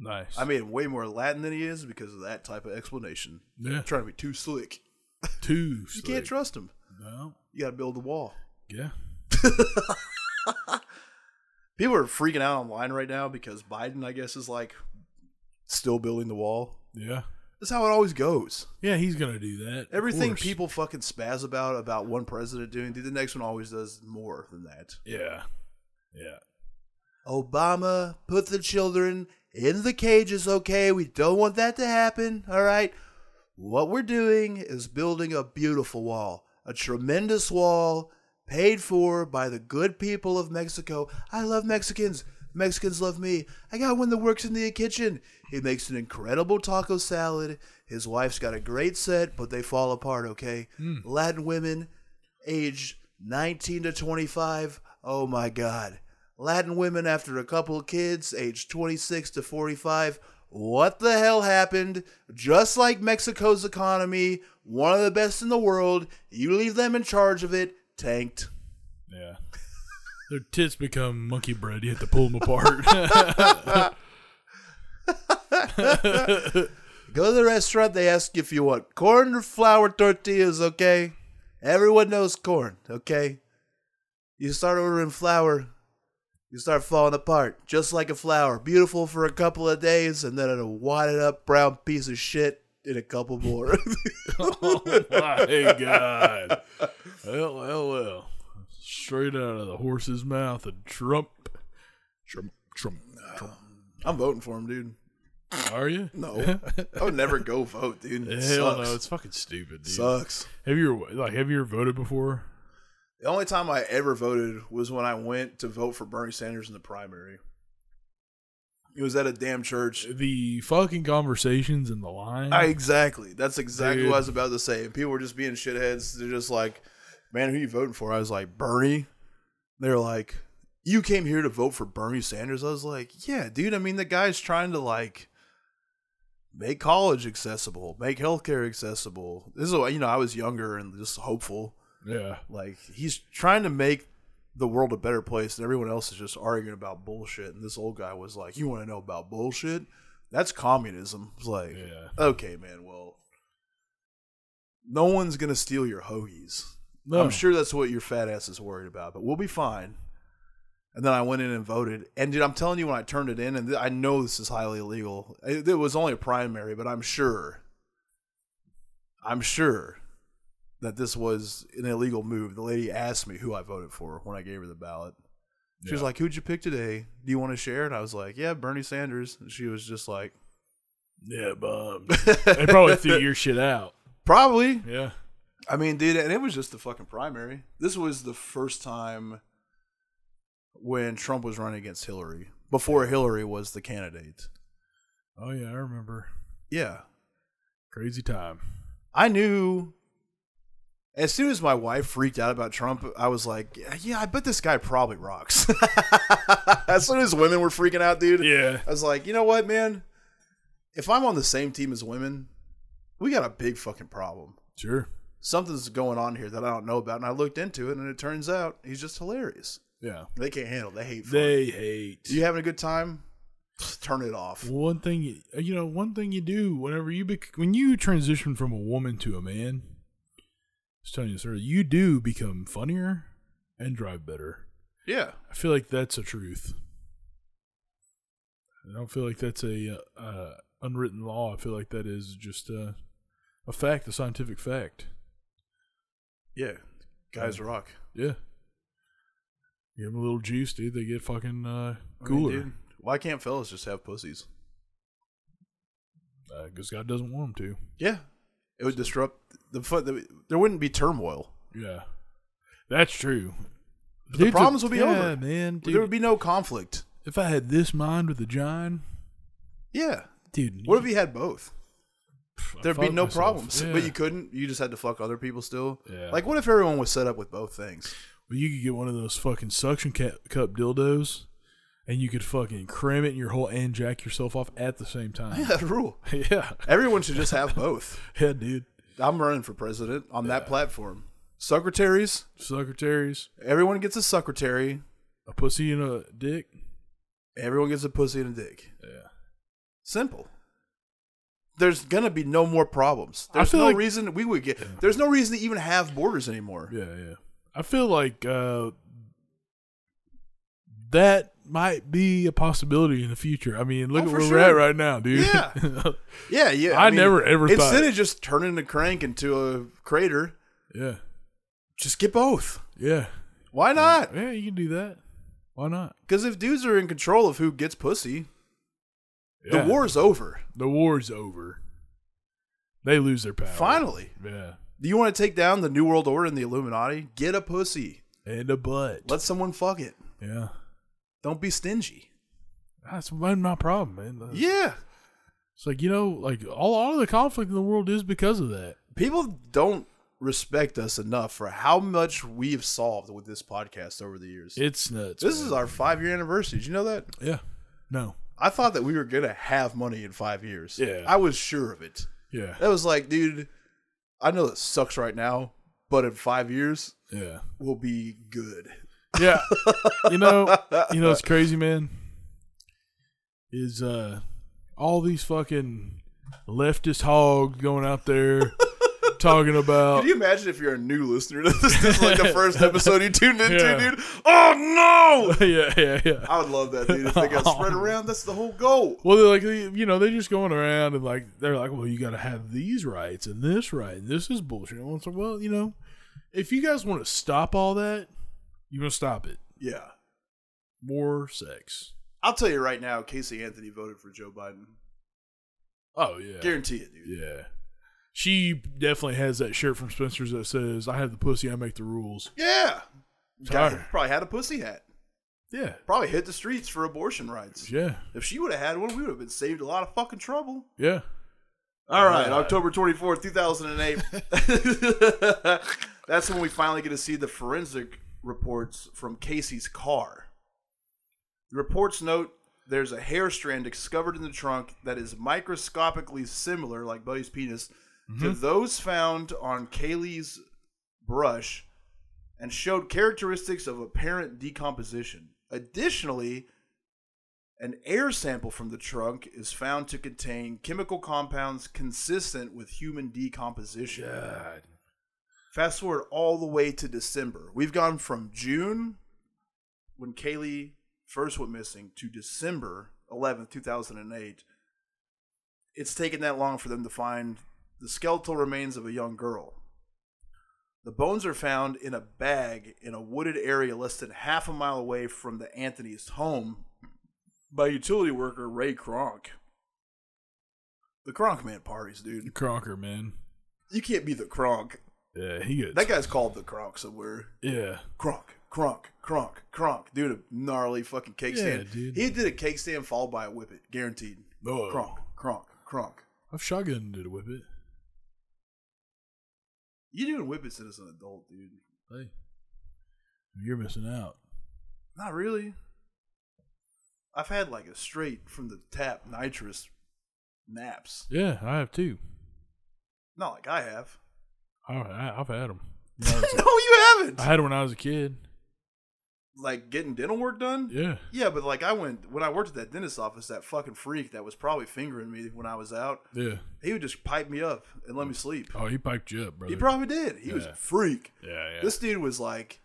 Nice.
I made him way more Latin than he is because of that type of explanation.
yeah.
I'm trying to be too slick.
Two.
You can't trust him.
No.
You got to build the wall.
Yeah.
People are freaking out online right now because Biden, I guess, is like still building the wall.
Yeah.
That's how it always goes.
Yeah. He's gonna do that. Of
Everything
course.
people fucking spaz about about one president doing, dude, the next one always does more than that.
Yeah. Yeah.
Obama put the children in the cages, okay? We don't want that to happen, all right? What we're doing is building a beautiful wall, a tremendous wall paid for by the good people of Mexico. I love Mexicans. Mexicans love me. I got one that works in the kitchen. He makes an incredible taco salad. His wife's got a great set, but they fall apart, okay? Latin women, aged 19 to 25. Oh my God. Latin women after a couple of kids, aged 26 to 45. What the hell happened? Just like Mexico's economy, one of the best in the world, you leave them in charge of it, tanked.
Yeah. Their tits become monkey bread. You have to pull them apart.
Go to the restaurant, they ask you if you want corn or flour tortillas, okay? Everyone knows corn, okay? You start ordering flour, You start falling apart, just like a flower. Beautiful for a couple of days, and then a wadded up brown piece of shit in a couple more.
oh my god. Well, well, well. Straight out of the horse's mouth, a Trump. Trump, Trump, Trump.
I'm voting for him, dude.
Are you?
No, I would never go vote, dude. It
Hell
sucks.
no, it's fucking stupid, dude.
sucks.
Have you ever, like have you ever voted before?
The only time I ever voted was when I went to vote for Bernie Sanders in the primary. It was at a damn church.
The fucking conversations in the line.
I, exactly. That's exactly
Dude.
what I was about to say. And people were just being shitheads. They're just like, man, who you voting for? I was like, Bernie. They're like, you came here to vote for Bernie Sanders? I was like, yeah, dude. I mean, the guy's trying to like make college accessible, make healthcare accessible. This is, what- you know, I was younger and just hopeful.
yeah.
Like, he's trying to make the world a better place, and everyone else is just arguing about bullshit. And this old guy was like, you want to know about bullshit? That's communism. It's like,
Yeah.
okay, man, well, no one's going to steal your hoagies.
No.
I'm sure that's what your fat ass is worried about, but we'll be fine. And then I went in and voted. And dude, I'm telling you, when I turned it in, and th- I know this is highly illegal, it, it was only a primary, but I'm sure, I'm sure that this was an illegal move. The lady asked me who I voted for when I gave her the ballot. She was
Yeah.
like, Who'd you pick today? Do you want to share? And I was like, Yeah, Bernie Sanders. And she was just like,
Yeah, bum. they probably threw your shit out.
Probably.
Yeah.
I mean, dude, and it was just the fucking primary. This was the first time when Trump was running against Hillary, before Hillary was the candidate.
Oh yeah, I remember.
Yeah.
Crazy time.
I knew as soon as my wife freaked out about Trump, I was like, yeah, I bet this guy probably rocks. as soon as women were freaking out, dude,
Yeah.
I was like, you know what, man? If I'm on the same team as women, we got a big fucking problem.
Sure.
Something's going on here that I don't know about. And I looked into it, and it turns out he's just hilarious.
Yeah.
They can't handle. it. They hate. Fun.
They hate.
you having a good time? Turn it off.
One thing you, you know, one thing you do whenever you bec- when you transition from a woman to a man, I was telling you this earlier, you do become funnier and drive better.
Yeah,
I feel like that's a truth. I don't feel like that's a uh, uh, unwritten law. I feel like that is just a, a fact, a scientific fact.
yeah. Guys rock.
Yeah. Give them a little juice, dude. They get fucking uh,
I mean,
cooler.
dude, why can't fellas just have pussies?
Because Uh, God doesn't want them
Yeah, it would disrupt the fun. The, there wouldn't be turmoil.
to. Yeah. That's true.
But the
Dudes
problems will be
yeah,
over.
man. Dude,
There would be no conflict.
if I had this mind with a John,
Yeah.
dude.
What if you had both?
pff, I'd
There'd be
fuck
no
myself.
problems.
Yeah.
But you couldn't. You just had to fuck other people still.
Yeah.
Like, what if everyone was set up with both things?
Well, you could get one of those fucking suction ca- cup dildos, and you could fucking cram it in your hole and jack yourself off at the same
Yeah,
time.
that rule.
yeah,
Everyone should just have both.
yeah, dude.
I'm running for president on that platform. Secretaries.
Secretaries,
Everyone gets a secretary.
a pussy and a dick.
Everyone gets a pussy and a dick.
Yeah,
Simple. There's gonna be no more problems. There's
feel
no
like-
reason we would get. There's no reason to even have borders anymore.
yeah, yeah. I feel like uh, that might be a possibility in the future. I mean, look
Oh,
at
for
where
sure.
we're at right now, dude.
Yeah. Yeah, yeah.
I never ever thought-
instead of just turning the crank into a crater,
yeah,
just get both.
yeah,
Why not?
yeah. You can do that. Why not?
Because if dudes are in control of who gets pussy,
Yeah.
the war's over.
the war's over. They lose their power.
Finally,
Yeah.
do you want to take down the New World Order and the Illuminati? Get a pussy.
And a butt.
Let someone fuck it.
yeah.
Don't be stingy.
That's been my problem, man.
Yeah,
It's like, you know, like all, all of the conflict in the world is because of that.
people don't respect us enough for how much we've solved with this podcast over the years.
It's nuts.
this is our five year anniversary. Did you know that?
Yeah. No.
I thought that we were gonna have money in five years.
Yeah.
I was sure of it.
Yeah.
That was like, dude, I know it sucks right now, but in five years
Yeah.
we'll be good.
Yeah. you know, you know, it's crazy, man. Is uh all these fucking leftist hogs going out there talking about.
Can you imagine if you're a new listener to this? This is like the first episode you tuned into,
Yeah.
dude. Oh no!
yeah, yeah, yeah.
I would love that, dude. If they got spread around, that's the whole goal.
Well, they're like, they- you know, they're just going around and like, they're like, well, you got to have these rights and this right and this is bullshit. And it's like, well, you know, if you guys want to stop all that, you're going to stop it.
Yeah.
More sex.
I'll tell you right now, Casey Anthony voted for Joe Biden.
Oh, yeah.
Guarantee it, dude.
Yeah. She definitely has that shirt from Spencer's that says, I have the pussy, I make the rules.
Yeah.
Sorry.
Guy probably had a pussy hat.
Yeah.
Probably hit the streets for abortion rights.
Yeah.
If she would have had one, we would have been saved a lot of fucking trouble.
Yeah.
All right,
Alright.
October 24th, 2008. That's when we finally get to see the forensic reports from Casey's car. The reports note there's a hair strand discovered in the trunk that is microscopically similar, like Buddy's penis, to those found on Kaylee's brush and showed characteristics of apparent decomposition. Additionally, an air sample from the trunk is found to contain chemical compounds consistent with human decomposition.
God.
Fast forward all the way to December. We've gone from June, when Kaylee first went missing, to December 11th, 2008. It's taken that long for them to find the skeletal remains of a young girl. The bones are found in a bag in a wooded area less than half a mile away from the Anthony's home by utility worker Ray Kronk. The Kronk man parties, dude.
Cronker, man.
You can't be the Kronk.
Yeah, he gets.
That guy's called the Kronk somewhere.
yeah.
Kronk, Kronk, Kronk, Kronk. Dude, a gnarly fucking cake
Yeah,
stand.
dude.
He did a cake stand followed by a whip it, guaranteed.
Whoa.
Kronk, Kronk, Kronk.
Oh. I've shotgunned it with it.
You doing whippets as an adult, dude?
Hey. You're missing out.
Not really. I've had like a straight from the tap nitrous naps.
Yeah, I have too.
Not like I have.
I, I, I've had them.
no, you haven't.
I had 'em when I was a kid.
like getting dental work done.
Yeah.
Yeah, but like I went when I worked at that dentist office, that fucking freak that was probably fingering me when I was out,
Yeah.
he would just pipe me up and let me sleep.
Oh, he piped you up, brother.
He probably did. He was
Yeah.
a freak.
yeah, yeah.
This dude was like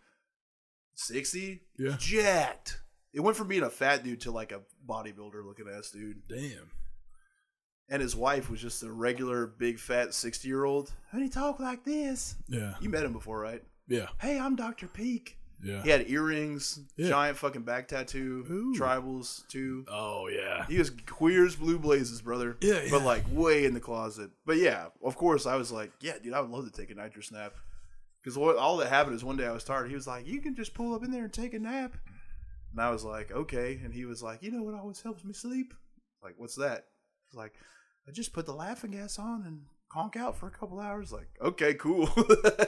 60,
Yeah.
jacked. It went from being a fat dude to like a bodybuilder looking ass dude.
Damn.
And his wife was just a regular big fat 60 year old. And he talked like this.
Yeah.
You met him before, right?
Yeah.
Hey, I'm Dr. Peak.
Yeah.
He had earrings,
Yeah.
giant fucking back tattoo,
Ooh.
tribals too.
Oh, yeah.
He was queer as blue blazes, brother.
Yeah, yeah.
But like way in the closet. But yeah, of course, I was like, yeah, dude, I would love to take a nitro snap. Because all that happened is one day I was tired. He was like, you can just pull up in there and take a nap. And I was like, okay. And he was like, you know what always helps me sleep? Like, what's that? He's like, I just put the laughing gas on and conk out for a couple hours. Like, okay, cool.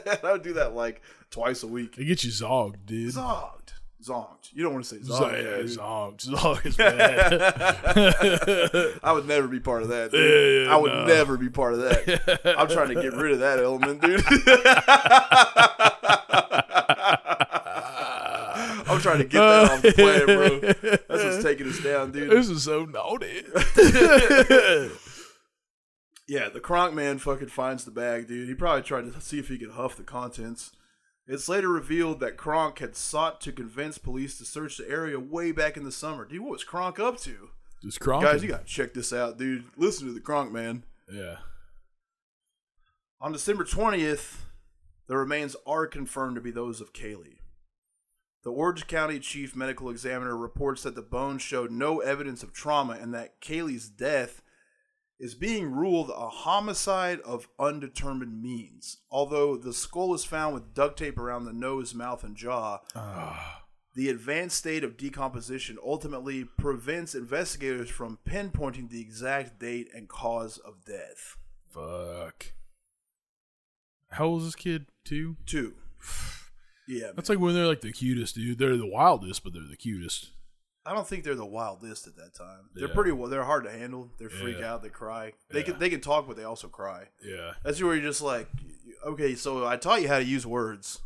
And I would do that like twice a week.
It gets you zogged, dude.
Zogged. Zogged. You don't want to say
Zog-
zogged.
Oh, yeah,
dude.
zogged. Zog is bad.
I would never be part of that.
Yeah,
Dude.
yeah,
I would
no.
never be part of that. I'm trying to get rid of that element, dude. I'm trying to get that off the planet, bro. That's what's taking us down, dude.
this is so naughty.
Yeah, the Kronk man fucking finds the bag, dude. He probably tried to see if he could huff the contents. It's later revealed that Kronk had sought to convince police to search the area way back in the summer. Dude, what was Kronk up to?
Just cronking.
Guys, you gotta check this out, dude. Listen to the Kronk man.
yeah.
On December 20th, the remains are confirmed to be those of Kaylee. The Orange County Chief Medical Examiner reports that the bones showed no evidence of trauma and that Kaylee's death is being ruled a homicide of undetermined means. Although the skull is found with duct tape around the nose, mouth, and jaw,
Ah.
the advanced state of decomposition ultimately prevents investigators from pinpointing the exact date and cause of death.
fuck. How old is this kid? Two?
Two. Yeah,
That's like when they're like the cutest, dude. They're the wildest, but they're the cutest.
I don't think they're the wildest at that time. They're
Yeah.
pretty. well. They're hard to handle. They freak
Yeah.
out. They cry. They
Yeah.
can they can talk, but they also cry.
Yeah.
That's where you're just like, okay, so I taught you how to use words.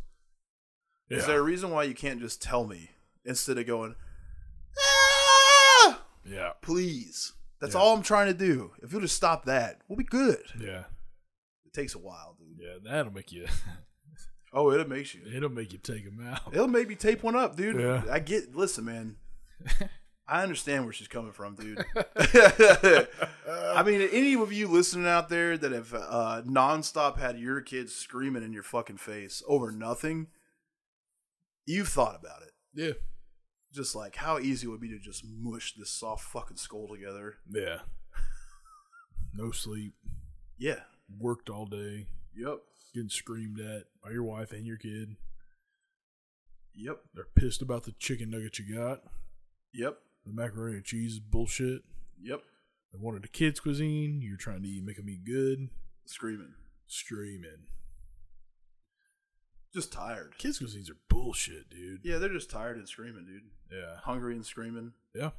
Is there a reason why you can't just tell me instead of going, ah,
yeah.
please? That's
Yeah.
all I'm trying to do. If you'll just stop that, we'll be good.
Yeah.
It takes a while, dude.
Yeah, that'll make you.
Oh, it'll make you.
It'll make you take them out.
It'll maybe tape one up, dude.
Yeah.
I get. Listen, man. I understand where she's coming from, dude. I mean, any of you listening out there that have uh, nonstop had your kids screaming in your fucking face over nothing, you've thought about it.
Yeah.
Just like how easy it would be to just mush this soft fucking skull together.
Yeah. No sleep.
Yeah.
Worked all day.
Yep.
Getting screamed at by your wife and your kid.
Yep.
They're pissed about the chicken nugget you got.
Yep.
The macaroni and cheese is bullshit.
Yep.
They wanted a kid's cuisine. You're trying to eat, make them eat good.
Screaming.
Screaming.
Just tired.
Kids' cuisines are bullshit, dude.
Yeah, they're just tired and screaming, dude.
Yeah.
Hungry and screaming.
Yeah.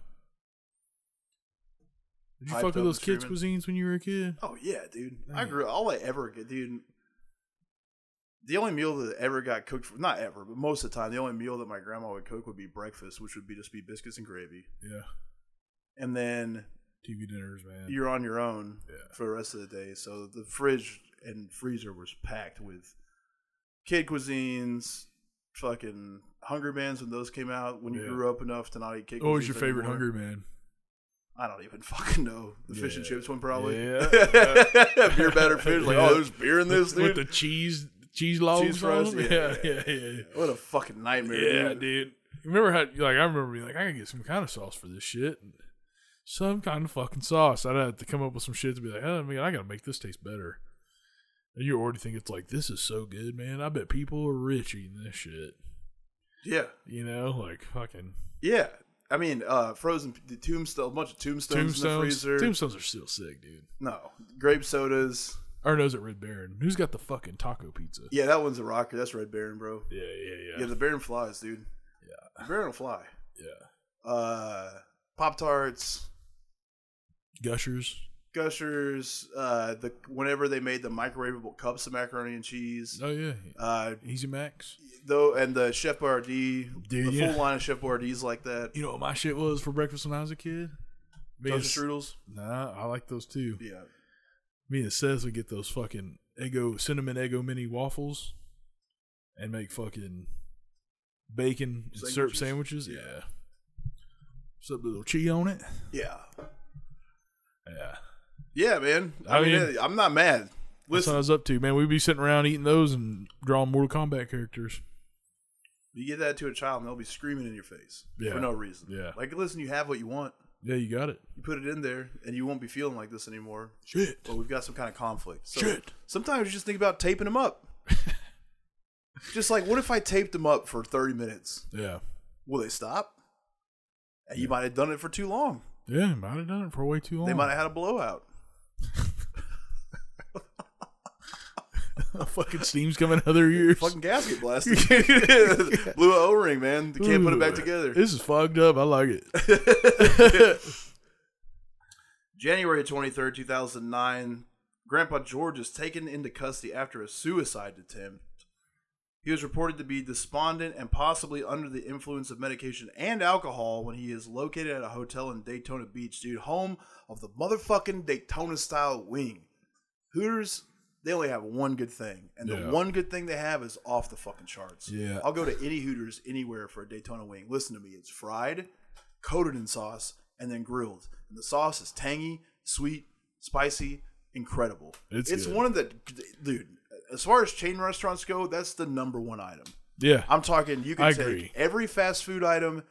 Did you
Hyped
fuck
up
with those
and
kids'
screaming.
cuisines when you were a kid?
Oh yeah, dude. I
Man.
grew all I ever get, dude. The only meal that ever got cooked, for, not ever, but most of the time, the only meal that my grandma would cook would be breakfast, which would be just be biscuits and gravy,
Yeah.
and then
TV dinners, man.
you're on your own
Yeah.
for the rest of the day. So the fridge and freezer was packed with kid cuisines, fucking Hungry Man's when those came out. When you
Yeah.
grew up enough to not eat kid.
what was your
cuisines
favorite
anymore.
Hungry Man?
I don't even fucking know. The fish and
Yeah.
chips one probably.
Yeah.
beer batter fish. Like,
Yeah.
oh, there's beer in this,
With,
dude.
with the cheese cheese logs
Cheese
on
fries,
them?
yeah,
Yeah, yeah, yeah.
What a fucking nightmare,
Yeah,
dude.
dude. Remember how like I remember being like, I gotta get some kind of sauce for this shit. Some kind of fucking sauce. I'd have to come up with some shit to be like, oh man, I gotta make this taste better. And you already think it's like, this is so good, man. I bet people are rich eating this shit.
Yeah,
You know, like fucking
yeah. I mean, uh, frozen the tombstone, a bunch of tombstones, in the
tombstones.
freezer.
Tombstones are still sick, dude.
no, grape sodas.
Or no, is it Red Baron? Who's got the fucking taco pizza?
Yeah, that one's a rocker. That's Red Baron, bro.
Yeah,
Yeah,
yeah,
the Baron flies, dude. Yeah, the Baron will fly.
yeah.
Uh, Pop tarts,
Gushers.
gushers. Uh, the whenever they made the microwavable cups of macaroni and cheese.
Oh yeah.
Uh,
Easy Max.
though, and the Chef Boyardee,
Dude,
the
yeah.
full line of Chef Boyardee's like that.
You know what my shit was for breakfast when I was a kid? Me and,
Toaster strudels.
nah, I like those too.
Yeah.
Me and Seth would get those fucking Eggo cinnamon Eggo mini waffles and make fucking bacon and syrup
Sandwiches?
sandwiches.
Yeah.
Yeah. Put a little cheese on it.
Yeah.
Yeah.
Yeah, man. I,
I
mean,
mean-
I'm not mad.
That's what
Listen,
I was up to, man. We'd be sitting around eating those and drawing Mortal Kombat characters.
You give that to a child, and they'll be screaming in your face
Yeah.
for no reason.
Yeah.
Like, listen, you have what you want.
Yeah, you got it.
You put it in there, and you won't be feeling like this anymore.
Shit.
But we've got some kind of conflict. Oh, So
Shit.
Sometimes you just think about taping them up. just like, what if I taped them up for 30 minutes?
Yeah.
Will they stop? And you might have done it for too long.
Yeah, might have done it for way too long.
They might have had a blowout.
fucking steam's coming out of their ears.
Fucking gasket blasted. Blew an O ring, man. They can't put it back
Ooh,
together.
This is fogged up. I like it.
January 23rd, 2009, Grandpa George is taken into custody after a suicide attempt. He was reported to be despondent and possibly under the influence of medication and alcohol when he is located at a hotel in Daytona Beach, dude, home of the motherfucking Daytona style wing. Hooters, they only have one good thing, and the
Yeah.
one good thing they have is off the fucking charts.
Yeah.
I'll go to any Hooters anywhere for a Daytona wing. Listen to me, it's fried, coated in sauce, and then grilled. And the sauce is tangy, sweet, spicy, incredible.
It's good.
one of the dude. As far as chain restaurants go, that's the number one item.
Yeah.
I'm talking you can
I
take
agree.
every fast food item,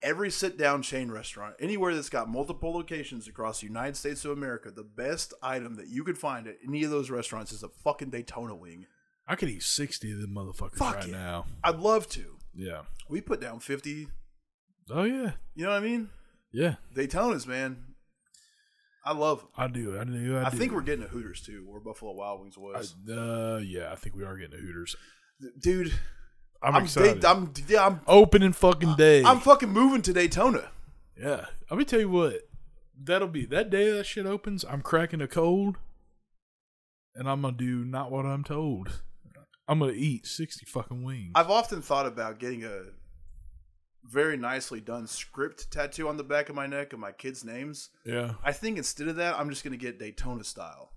every sit down chain restaurant, anywhere that's got multiple locations across the United States of America, the best item that you could find at any of those restaurants is a fucking Daytona wing.
I could eat 60 of them motherfuckers
Fuck
right
yeah.
now.
I'd love to.
Yeah.
We put down 50,
Oh, yeah.
you know what I mean?
Yeah.
Daytonas, man. I love 'em.
I do. I do. I,
I
do.
think we're getting a Hooters too, where Buffalo Wild Wings was.
I- uh, yeah, I think we are getting the Hooters.
Dude,
I'm,
I'm,
excited.
Day- I'm, yeah, I'm,
Opening fucking day.
I'm fucking moving to Daytona.
yeah. Let me tell you what. That'll be that day that shit opens. I'm cracking a cold, and I'm gonna do not what I'm told. I'm gonna eat 60 fucking wings.
I've often thought about getting a very nicely done script tattoo on the back of my neck of my kids' names.
yeah.
I think instead of that, I'm just going to get Daytona style.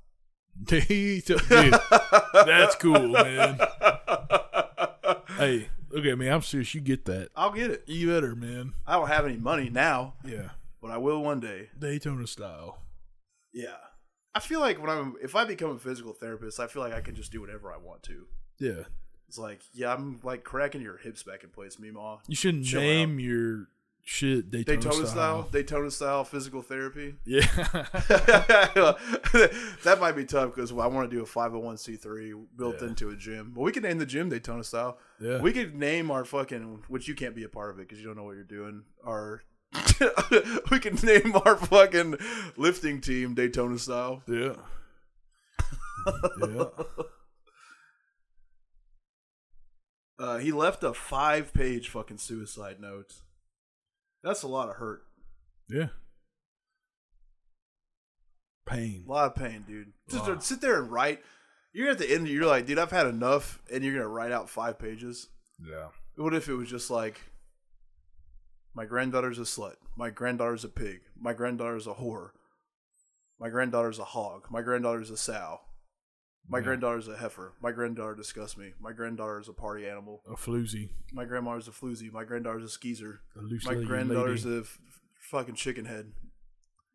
Dude, that's cool, man. Hey, look at me. I'm serious. You get that.
I'll get it.
You better, man.
I don't have any money now,
Yeah.
but I will one day.
Daytona style.
Yeah. I feel like when I'm if I become a physical therapist, I feel like I can just do whatever I want to.
Yeah.
It's like, yeah, I'm like cracking your hips back in place, Meemaw.
You shouldn't
Chill
name your shit Daytona,
Daytona style.
style.
Daytona style physical therapy.
Yeah.
that might be tough because I want to do a 501c3 built
Yeah.
into a gym. But we could name the gym Daytona style.
Yeah.
We could name our fucking, which you can't be a part of it because you don't know what you're doing. Our, we could name our fucking lifting team Daytona style.
yeah. yeah.
Uh, he left a five page fucking suicide note. That's a lot of hurt.
Yeah. Pain.
A lot of pain, dude. Just
Wow.
sit there and write. You're at the end. You're like, dude, I've had enough, and you're gonna write out five pages.
Yeah.
What if it was just like, my granddaughter's a slut. My granddaughter's a pig. My granddaughter's a whore. My granddaughter's a hog. My granddaughter's a sow. My
Yeah.
granddaughter's a heifer. My granddaughter disgusts me. My granddaughter's a party animal.
A floozy.
My grandma's a floozy. My granddaughter's a skeezer.
A loose
My
legged
granddaughter's a
lady.
f- fucking chicken head.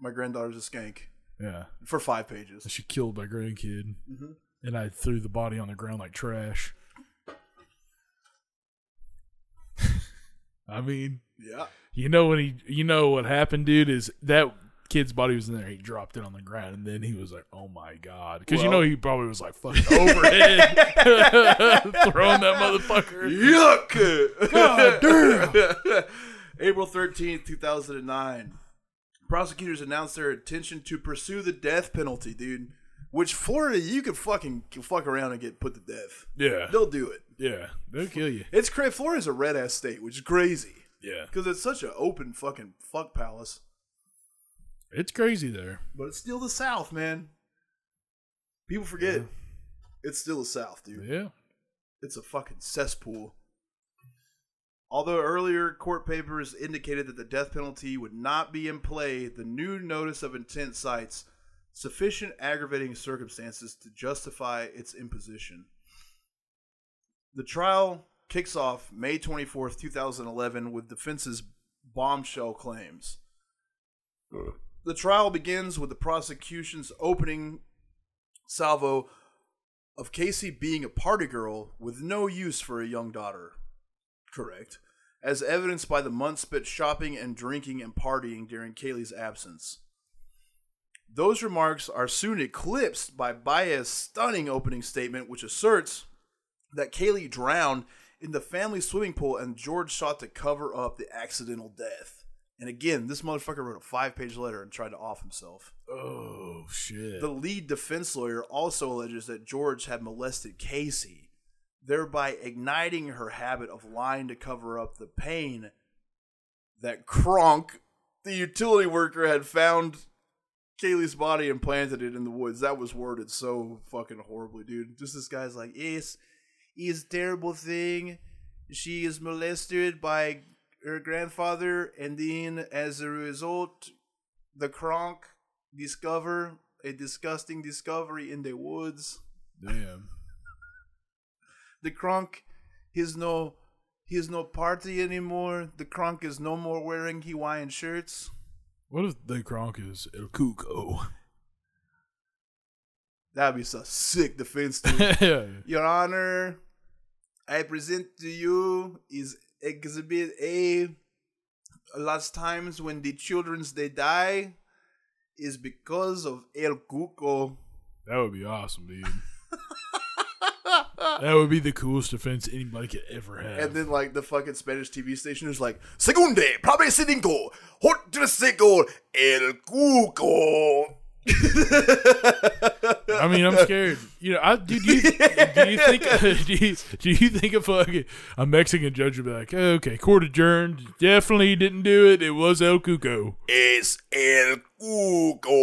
My granddaughter's a skank.
Yeah.
For five pages.
She killed my grandkid.
Mhm.
And I threw the body on the ground like trash. I mean,
Yeah.
You know what he you know what happened, dude, is that kid's body was in there, he dropped it on the ground and then he was like, Oh my god. Because you
Well-
know he probably was like fucking overhead throwing that motherfucker.
Yuck!
God
April 13th, 2009. Prosecutors announced their intention to pursue the death penalty, dude. Which Florida, you could fucking fuck around and get put to death.
Yeah.
They'll do it.
Yeah. They'll kill you.
It's cra Florida's a red ass state, which is crazy
Yeah.
because it's such an open fucking fuck palace.
It's crazy there.
But it's still the South, man. People forget
Yeah.
it's still the South, dude.
Yeah.
It's a fucking cesspool. Although earlier court papers indicated that the death penalty would not be in play, the new notice of intent cites sufficient aggravating circumstances to justify its imposition. The trial kicks off May 24th, 2011, with defense's bombshell claims. The trial begins with the prosecution's opening salvo of Casey being a party girl with no use for a young daughter. Correct. As evidenced by the months spent shopping and drinking and partying during Kaylee's absence. Those remarks are soon eclipsed by Baez's stunning opening statement, which asserts that Kaylee drowned in the family swimming pool and George sought to cover up the accidental death. And again, this motherfucker wrote a five page letter and tried to off himself.
Oh shit.
The lead defense lawyer also alleges that George had molested Casey, thereby igniting her habit of lying to cover up the pain that Kronk, the utility worker, had found Kaylee's body and planted it in the woods. That was worded so fucking horribly, dude. Just this guy's like, it's, it's a terrible thing. She is molested by her grandfather, and then as a result, the Kronk discover a disgusting discovery in the woods.
Damn.
The Kronk, he's no, he's no party anymore. The Kronk is no more wearing Hawaiian shirts.
What if the Kronk is El Cuco?
That'd be so sick defense. dude.
yeah.
Your Honor, I present to you is Exhibit A. Last times when the childrens they die is because of El Cuco.
That would be awesome, dude. that would be the coolest defense anybody could ever have.
And then like the fucking Spanish TV station is like Segunde, probably cinco, hot seco, el cuco.
I mean, I'm scared. You know, I do. Do you, do you think? Do you, do you think if a, a Mexican judge would be like, "Oh, "Okay, court adjourned. Definitely didn't do it. It was El Cuco."
Es el cuco.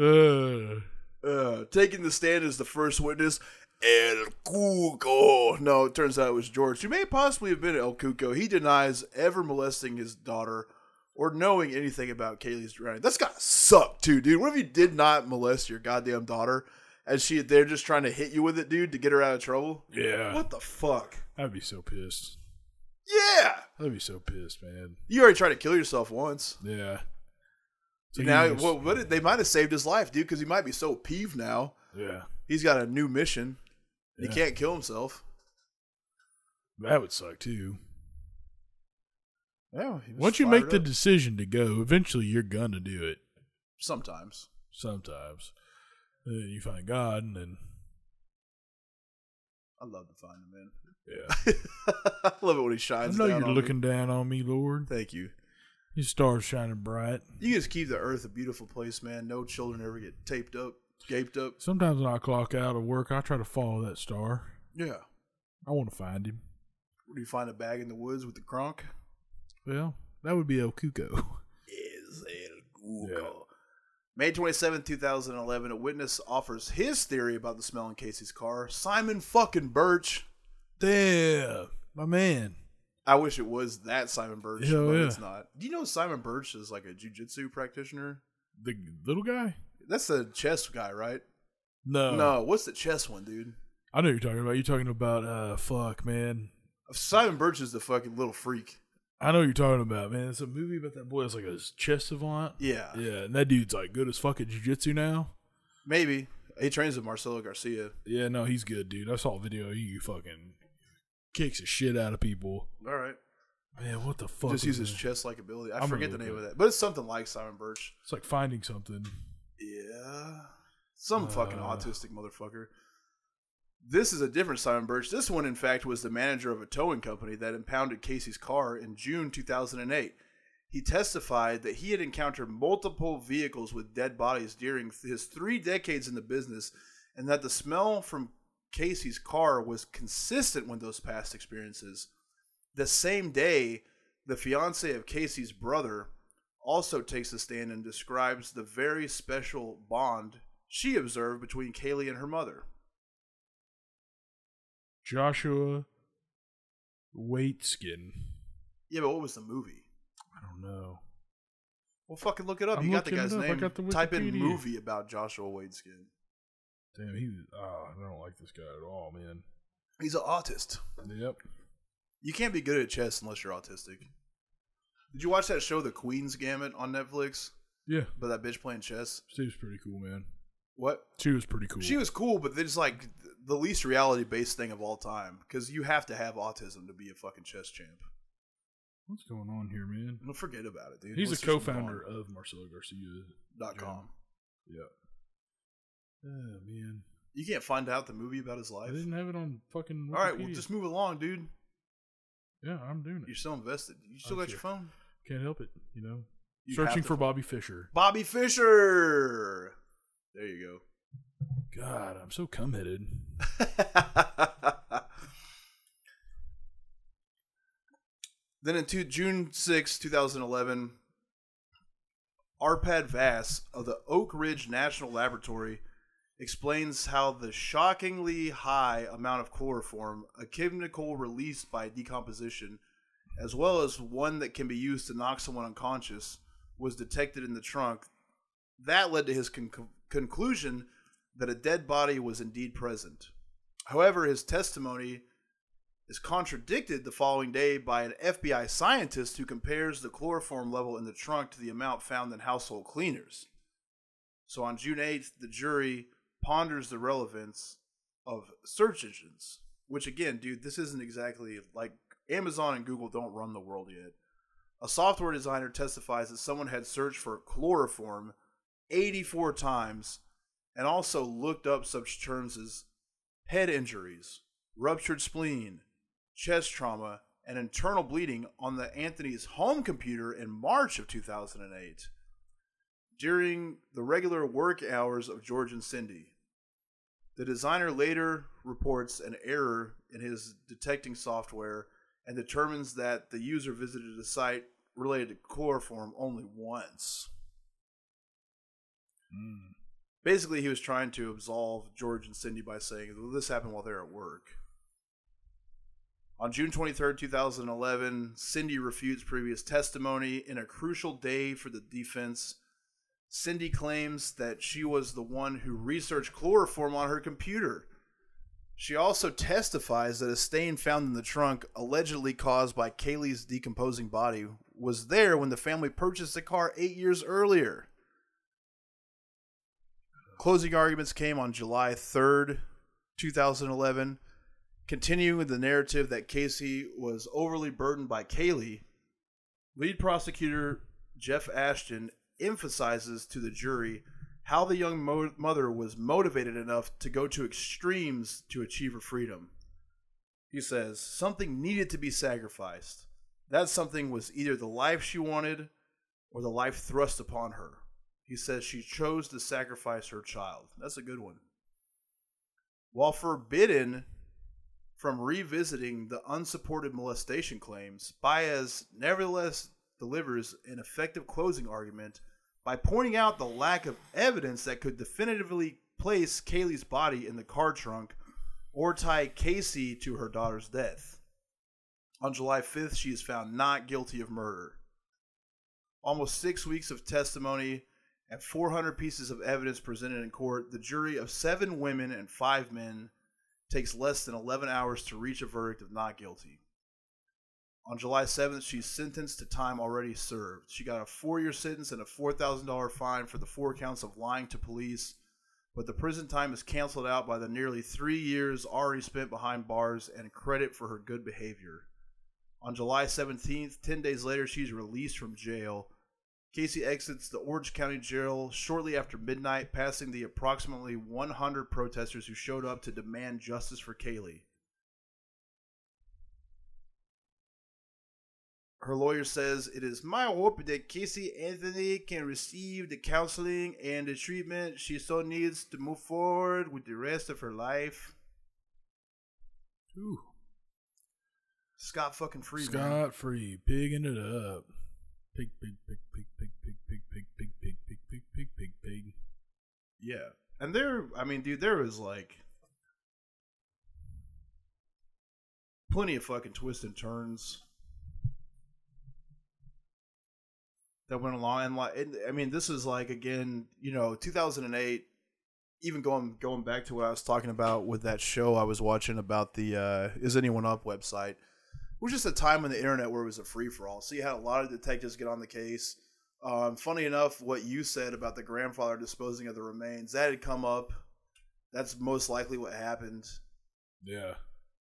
Uh,
uh, taking the stand as the first witness. El Cuco. No, it turns out it was George, who may possibly have been El Cuco. He denies ever molesting his daughter or knowing anything about Kaylee's drowning. That's gotta suck too, dude. What if you did not molest your goddamn daughter and she they're just trying to hit you with it, dude, to get her out of trouble?
Yeah.
What the fuck?
I'd be so pissed.
Yeah.
I'd be so pissed, man.
You already tried to kill yourself once.
Yeah.
So now,
you just-
what, what, they might have saved his life, dude, because he might be so peeved now.
Yeah.
He's got a new mission.
Yeah.
He can't kill himself.
That would suck too.
Yeah.
Once you make the decision to go, eventually you're gonna do it.
sometimes.
Sometimes. And then you find God, and then
I love to find him, man.
yeah.
I love it when he
I
shines.
know
down
you're
on
looking
Me.
down on me, Lord.
Thank you.
Your stars shining bright.
You just keep the earth a beautiful place, man. No children ever get taped up, gaped up.
Sometimes when I clock out of work, I try to follow that star.
Yeah.
I want to find him.
Where do you find a bag in the woods with the cronk?
Well, that would be El Cuco.
Is El Google. May twenty seventh, 2011, a witness offers his theory about the smell in Casey's car. Simon fucking Birch.
Damn, my man.
I wish it was that Simon Birch,
Hell
but
yeah.
it's not. Do you know Simon Birch is like a jujitsu practitioner?
The little guy?
That's the chess guy, right?
No.
no, what's the chess one, dude?
I know what you're talking about. You're talking about, uh, fuck, man.
Simon Birch is the fucking little freak.
I know what you're talking about, man. It's a movie about that boy that's like a chess savant.
Yeah,
Yeah, and that dude's like good as fuck at jujitsu now.
maybe he trains with Marcelo Garcia.
Yeah, no, he's good, dude. I saw a video. He fucking kicks the shit out of people.
All right,
Man, what the fuck?
just
is
uses
that?
chess like ability. I
I'm
forget the
gonna
name
look
of
it
that, but it's something like Simon Birch.
It's like finding something.
Yeah, some fucking
Uh.
autistic motherfucker. This is a different Simon Birch. This one, in fact, was the manager of a towing company that impounded Casey's car in June 2008. He testified that he had encountered multiple vehicles with dead bodies during his three decades in the business and that the smell from Casey's car was consistent with those past experiences. The same day, the fiance of Casey's brother also takes a stand and describes the very special bond she observed between Kaylee and her mother.
Joshua Waitskin.
Yeah, but what was the movie?
I don't know.
Well, fucking look it up.
I'm
you got the
looking it
guy's
up. I
name.
got the
Type in
Wikipedia.
movie about Joshua Wade Skin.
Damn, he. Oh, I don't like this guy at all, man.
He's an autist.
Yep.
You can't be good at chess unless you're autistic. Did you watch that show, The Queen's Gambit, on Netflix?
Yeah,
But that bitch playing chess.
she was pretty cool, man.
What?
She was pretty cool.
She was cool, but it's like the least reality based thing of all time because you have to have autism to be a fucking chess champ.
What's going on here, man?
Well, forget about it, dude.
He's
Let's
a
just move
co-founder
on.
of Marcelo Garcia.
dot com.
Yeah. Oh man,
You can't find out the movie about his
I
life.
didn't have it on fucking.
All right, well,
Wikipedia.
just move along, dude.
yeah, I'm doing
You're
it.
still invested. You still
Okay.
got your phone.
Can't help it, you know.
You have
Searching
to
for
find-
Bobby Fisher.
Bobby Fisher. There you go.
God, I'm so cum-headed.
then in two, June 6, 2011, Arpad Vass of the Oak Ridge National Laboratory explains how the shockingly high amount of chloroform, a chemical released by decomposition, as well as one that can be used to knock someone unconscious, was detected in the trunk. That led to his con- conclusion that a dead body was indeed present. However, his testimony is contradicted the following day by an FBI scientist who compares the chloroform level in the trunk to the amount found in household cleaners. So on June 8th, the jury ponders the relevance of search engines, which again, dude, this isn't exactly like Amazon and Google don't run the world yet. A software designer testifies that someone had searched for chloroform 84 times and also looked up such terms as head injuries, ruptured spleen, chest trauma, and internal bleeding on the Anthony's home computer in March of 2008 during the regular work hours of George and Cindy. The designer later reports an error in his detecting software and determines that the user visited a site related to chloroform only once.
Mm.
Basically, he was trying to absolve George and Cindy by saying, well, this happened while they were at work. On June 23rd, 2011, Cindy refutes previous testimony in a crucial day for the defense. Cindy claims that she was the one who researched chloroform on her computer. She also testifies that a stain found in the trunk, allegedly caused by Kaylee's decomposing body, was there when the family purchased the car eight years earlier. Closing arguments came on July 3rd, 2011. Continuing with the narrative that Casey was overly burdened by Kaylee, lead prosecutor Jeff Ashton emphasizes to the jury how the young mo- mother was motivated enough to go to extremes to achieve her freedom. He says, Something needed to be sacrificed. That something was either the life she wanted or the life thrust upon her. He says she chose to sacrifice her child. That's a good one. While forbidden from revisiting the unsupported molestation claims, Baez nevertheless delivers an effective closing argument by pointing out the lack of evidence that could definitively place Kaylee's body in the car trunk or tie Casey to her daughter's death. On July 5th, she is found not guilty of murder. Almost six weeks of testimony and 400 pieces of evidence presented in court, the jury of seven women and five men takes less than 11 hours to reach a verdict of not guilty. On July 7th, she's sentenced to time already served. She got a four year sentence and a $4,000 fine for the four counts of lying to police, but the prison time is canceled out by the nearly three years already spent behind bars and credit for her good behavior. On July 17th, 10 days later, she's released from jail. Casey exits the Orange County Jail shortly after midnight, passing the approximately 100 protesters who showed up to demand justice for Kaylee. Her lawyer says it is my hope that Casey Anthony can receive the counseling and the treatment she so needs to move forward with the rest of her life.
Ooh,
Scott fucking free,
Scott
man.
Free, bigging it up. Pig, pig, pig, pig, pig, pig, pig, pig, pig, pig, pig, pig, pig, pig, pig.
Yeah. And there, I mean, dude, there was like plenty of fucking twists and turns that went along. And like, and, I mean, this is like again, you know, 2008. Even going going back to what I was talking about with that show I was watching about the uh, "Is Anyone Up" website, it was just a time on the internet where it was a free for all. So you had a lot of detectives get on the case. Um, funny enough, what you said about the grandfather disposing of the remains that had come up. That's most likely what happened.
Yeah.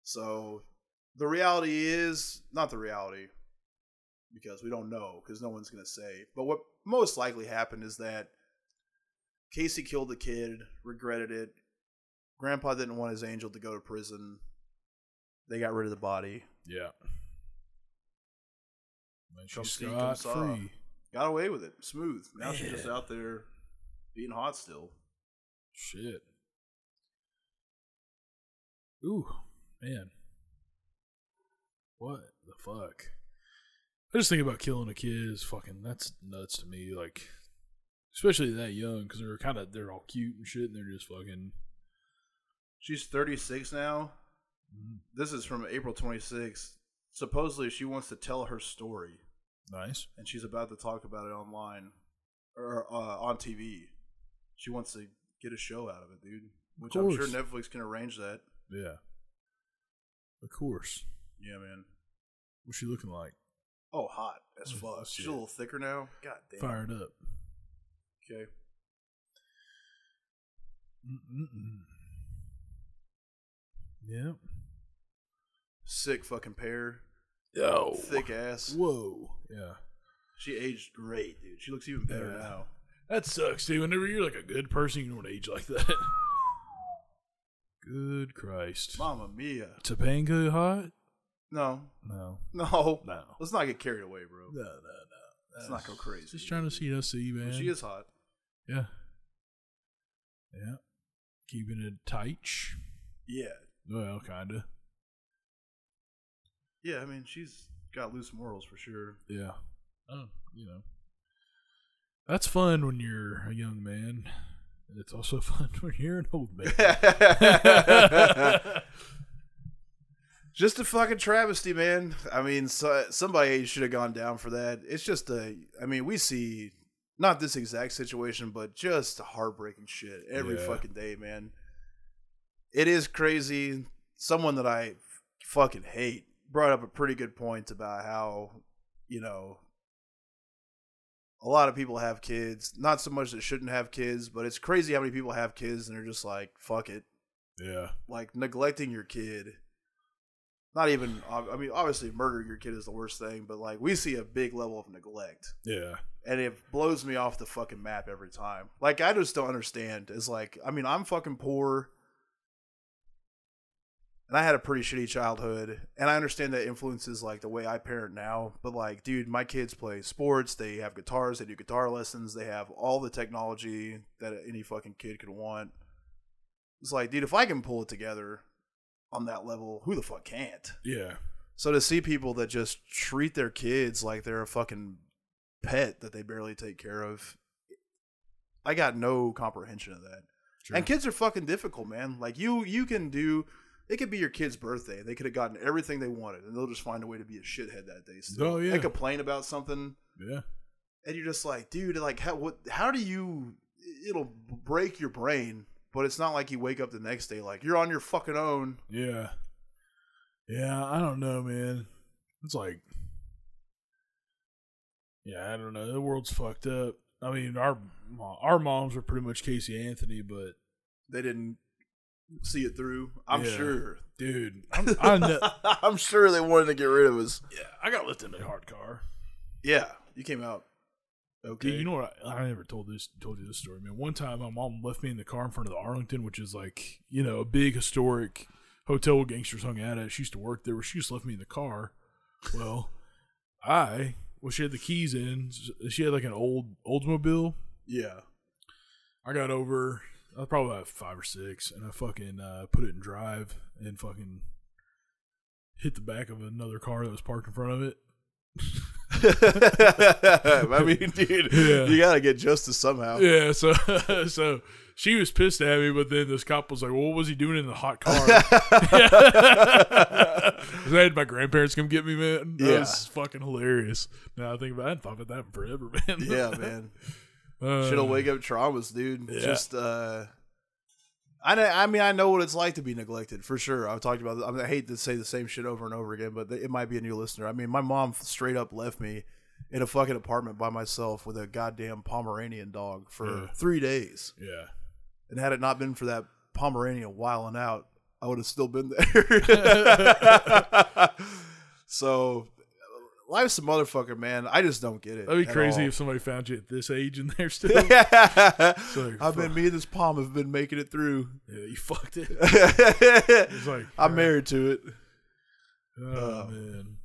So the reality is not the reality because we don't know because no one's going to say. But what most likely happened is that Casey killed the kid, regretted it. Grandpa didn't want his angel to go to prison. They got rid of the body.
Yeah. And
Come
she's
see,
scot
come saw.
free.
Got away with it. Smooth. Now she's just
Man.
out there being hot still.
Shit. Ooh, man. What the fuck? I just think about killing a kid is fucking that's nuts to me. Like, especially that young because they're kind of they're all cute and shit, and they're just fucking.
She's 36 now.
Mm,
This is from April 26th. Supposedly, she wants to tell her story,
Nice.
and she's about to talk about it online or uh, on TV. She wants to get a show out of it, dude. Which I'm sure
course.
Netflix can arrange that.
Yeah. Of course.
Yeah, man.
What's she looking like?
Oh, hot as
Oh,
fuck. She's
shit.
a little thicker now. God damn.
Fired up.
Okay.
Mm-mm-mm. Yeah.
Sick fucking pair.
Yo.
Thick ass.
Whoa. Yeah.
She aged great, dude. She looks even better
Yeah.
now.
That sucks, dude. Whenever you're like a good person, you don't age like that. good Christ.
Mama mia.
Topanga hot?
No.
No.
No.
No.
Let's not get carried away, bro.
No, no, no.
Let's not go crazy.
Just trying to see us see, man.
She is hot.
Yeah. Yeah. Keeping it tight.
Yeah.
Well, kinda.
Yeah, I mean, she's got loose morals for sure.
Yeah. Oh, you know. That's fun when you're a young man. It's also fun when you're an old man.
yeah, just a fucking travesty, man. I mean, so, somebody should have gone down for that. It's just a. I mean, we see not this exact situation, but just heartbreaking shit every
Yeah.
fucking day, man. It is crazy. Someone that I fucking hate brought up a pretty good point about how you know a lot of people have kids. Not so much that shouldn't have kids, but it's crazy how many people have kids and they're just like, fuck it
Yeah.
like neglecting your kid not even ob- i mean obviously murdering your kid is the worst thing but like we see a big level of neglect
Yeah.
and it blows me off the fucking map every time like i just don't understand it's like i mean i'm fucking poor and i had a pretty shitty childhood and i understand that influences like the way i parent now but like dude my kids play sports they have guitars they do guitar lessons they have all the technology that any fucking kid could want it's like, dude, if I can pull it together on that level, who the fuck can't?
Yeah.
So to see people that just treat their kids like they're a fucking pet that they barely take care of, I got no comprehension of that.
Sure.
And kids are fucking difficult, man. Like you, you can do. It could be your kid's birthday. They could have gotten everything they wanted, and they'll just find a way to be a shithead that day. Still.
Oh, yeah.
They complain about something,
yeah.
and you're just like, dude, like how what? How do you? It'll break your brain, but it's not like you wake up the next day like you're on your fucking own.
Yeah. Yeah, I don't know, man. It's like Yeah, I don't know. The world's fucked up. I mean, our our moms were pretty much Casey Anthony, but
They didn't see it through. I'm
Yeah.
sure.
dude, I'm, I know,
I'm sure they wanted to get rid of us.
yeah, I got lifted in a hard car.
Yeah, you came out. Okay.
Dude, you know what? I, I never told this told you this story, man. One time, my mom left me in the car in front of the Arlington, which is like you know a big historic hotel where gangsters hung out at. She used to work there. She just left me in the car. Well, I well she had the keys in. She had like an old Oldsmobile.
yeah.
I got over. I was probably about five or six, and I fucking uh, put it in drive and fucking hit the back of another car that was parked in front of it.
I mean, dude,
Yeah.
you gotta get justice somehow.
Yeah, so so she was pissed at me, but then this cop was like, well, "What was he doing in the hot car?" 'Cause I had my grandparents come get me, man. That
Yeah.
was fucking hilarious. Now I think about, it, I hadn't thought about that in forever, man.
Yeah, man.
Uh,
Shit'll wake up traumas, dude.
Yeah.
Just uh I know, I mean, I know what it's like to be neglected for sure. I've talked about. I, mean, I hate to say the same shit over and over again, but it might be a new listener. I mean, my mom straight up left me in a fucking apartment by myself with a goddamn Pomeranian dog for
Yeah.
three days.
Yeah.
And had it not been for that Pomeranian wiling out, I would have still been there. so, life's a motherfucker, man. I just don't get it.
That'd be
at
crazy
all.
if somebody found you at this age and they're still. yeah,
I've
fuck.
been me and this palm have been making it through.
you fucked it. It's like
I'm married to it.
Oh
Oh.
man.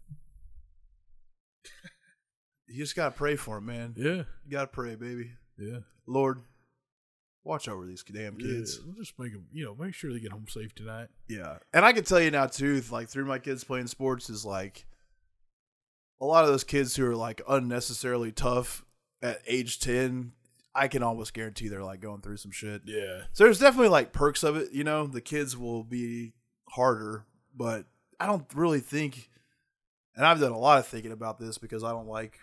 You just gotta pray for him, man.
Yeah.
You gotta pray, baby.
Yeah.
Lord, watch over these damn kids.
Yeah, we'll just make them. You know, make sure they get home safe tonight.
Yeah. And I can tell you now too, like through my kids playing sports is like a lot of those kids who are like unnecessarily tough at age ten, I can almost guarantee they're like going through some shit.
Yeah.
So there's definitely like perks of it, you know. The kids will be harder, but I don't really think and I've done a lot of thinking about this because I don't like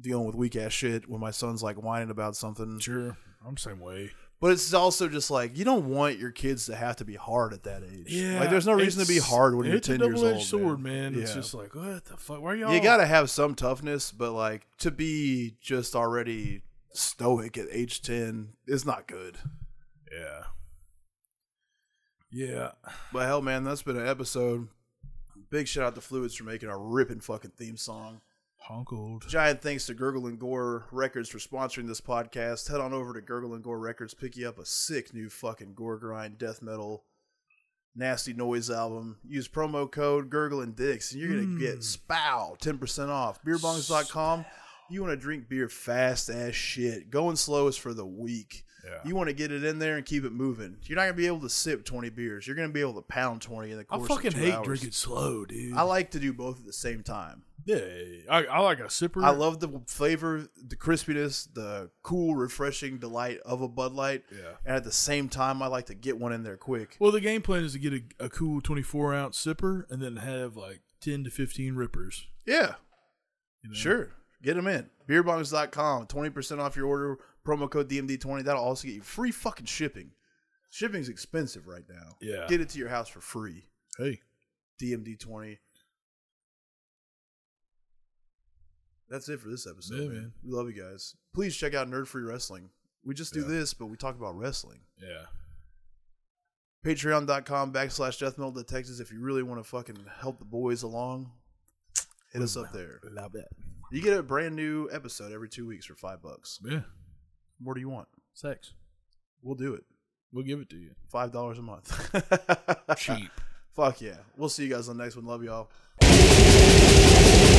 dealing with weak ass shit when my son's like whining about something.
Sure. I'm the same way.
But it's also just like you don't want your kids to have to be hard at that age.
Yeah.
Like there's no reason to be
it's-
hard when you're
it's
ten
a
years
double-edged
old.
sword,
man.
man. It's
Yeah.
just like what the fuck? Why are y'all?
You gotta have some toughness, but like to be just already stoic at age ten is not good.
Yeah. Yeah.
But hell, man, that's been an episode. Big shout out to Fluids for making a ripping fucking theme song.
Honkled.
Giant thanks to Gurgle and Gore Records for sponsoring this podcast. Head on over to Gurgle and Gore Records, pick you up a sick new fucking gore grind death metal nasty noise album. Use promo code Gurgle and Dicks, and you're gonna
Mm.
get spow ten percent off. Beerbongs.com. You want to drink beer fast as shit. Going slow is for the weak.
Yeah.
You want to get it in there and keep it moving. You're not gonna be able to sip 20 beers. You're gonna be able to pound 20 in the
I
course.
fucking
of two
hate
hours.
drinking slow, dude.
I like to do both at the same time.
Yeah, I, I like a sipper.
I love the flavor, the crispiness, the cool, refreshing delight of a Bud Light.
Yeah.
And at the same time, I like to get one in there quick.
Well, the game plan is to get a, a cool 24 ounce sipper and then have like 10 to 15 rippers.
Yeah,
you know?
sure. Get them in. Beerbongs.com, 20% off your order, promo code DMD20. That'll also get you free fucking shipping. Shipping's expensive right now.
Yeah.
Get it to your house for free.
Hey.
DMD20. That's it for this episode,
Yeah,
man.
man.
We love you guys. Please check out Nerd Free Wrestling. We just do
Yeah.
this, but we talk about wrestling.
Yeah.
Patreon.com backslash Death Metal Detectives if you really want to fucking help the boys along. Hit us up there.
Love it.
You get a brand new episode every two weeks for five bucks.
Yeah.
What do you want?
Sex.
We'll do it.
We'll give it to you.
Five dollars a month.
Cheap.
Fuck yeah. We'll see you guys on the next one. Love y'all.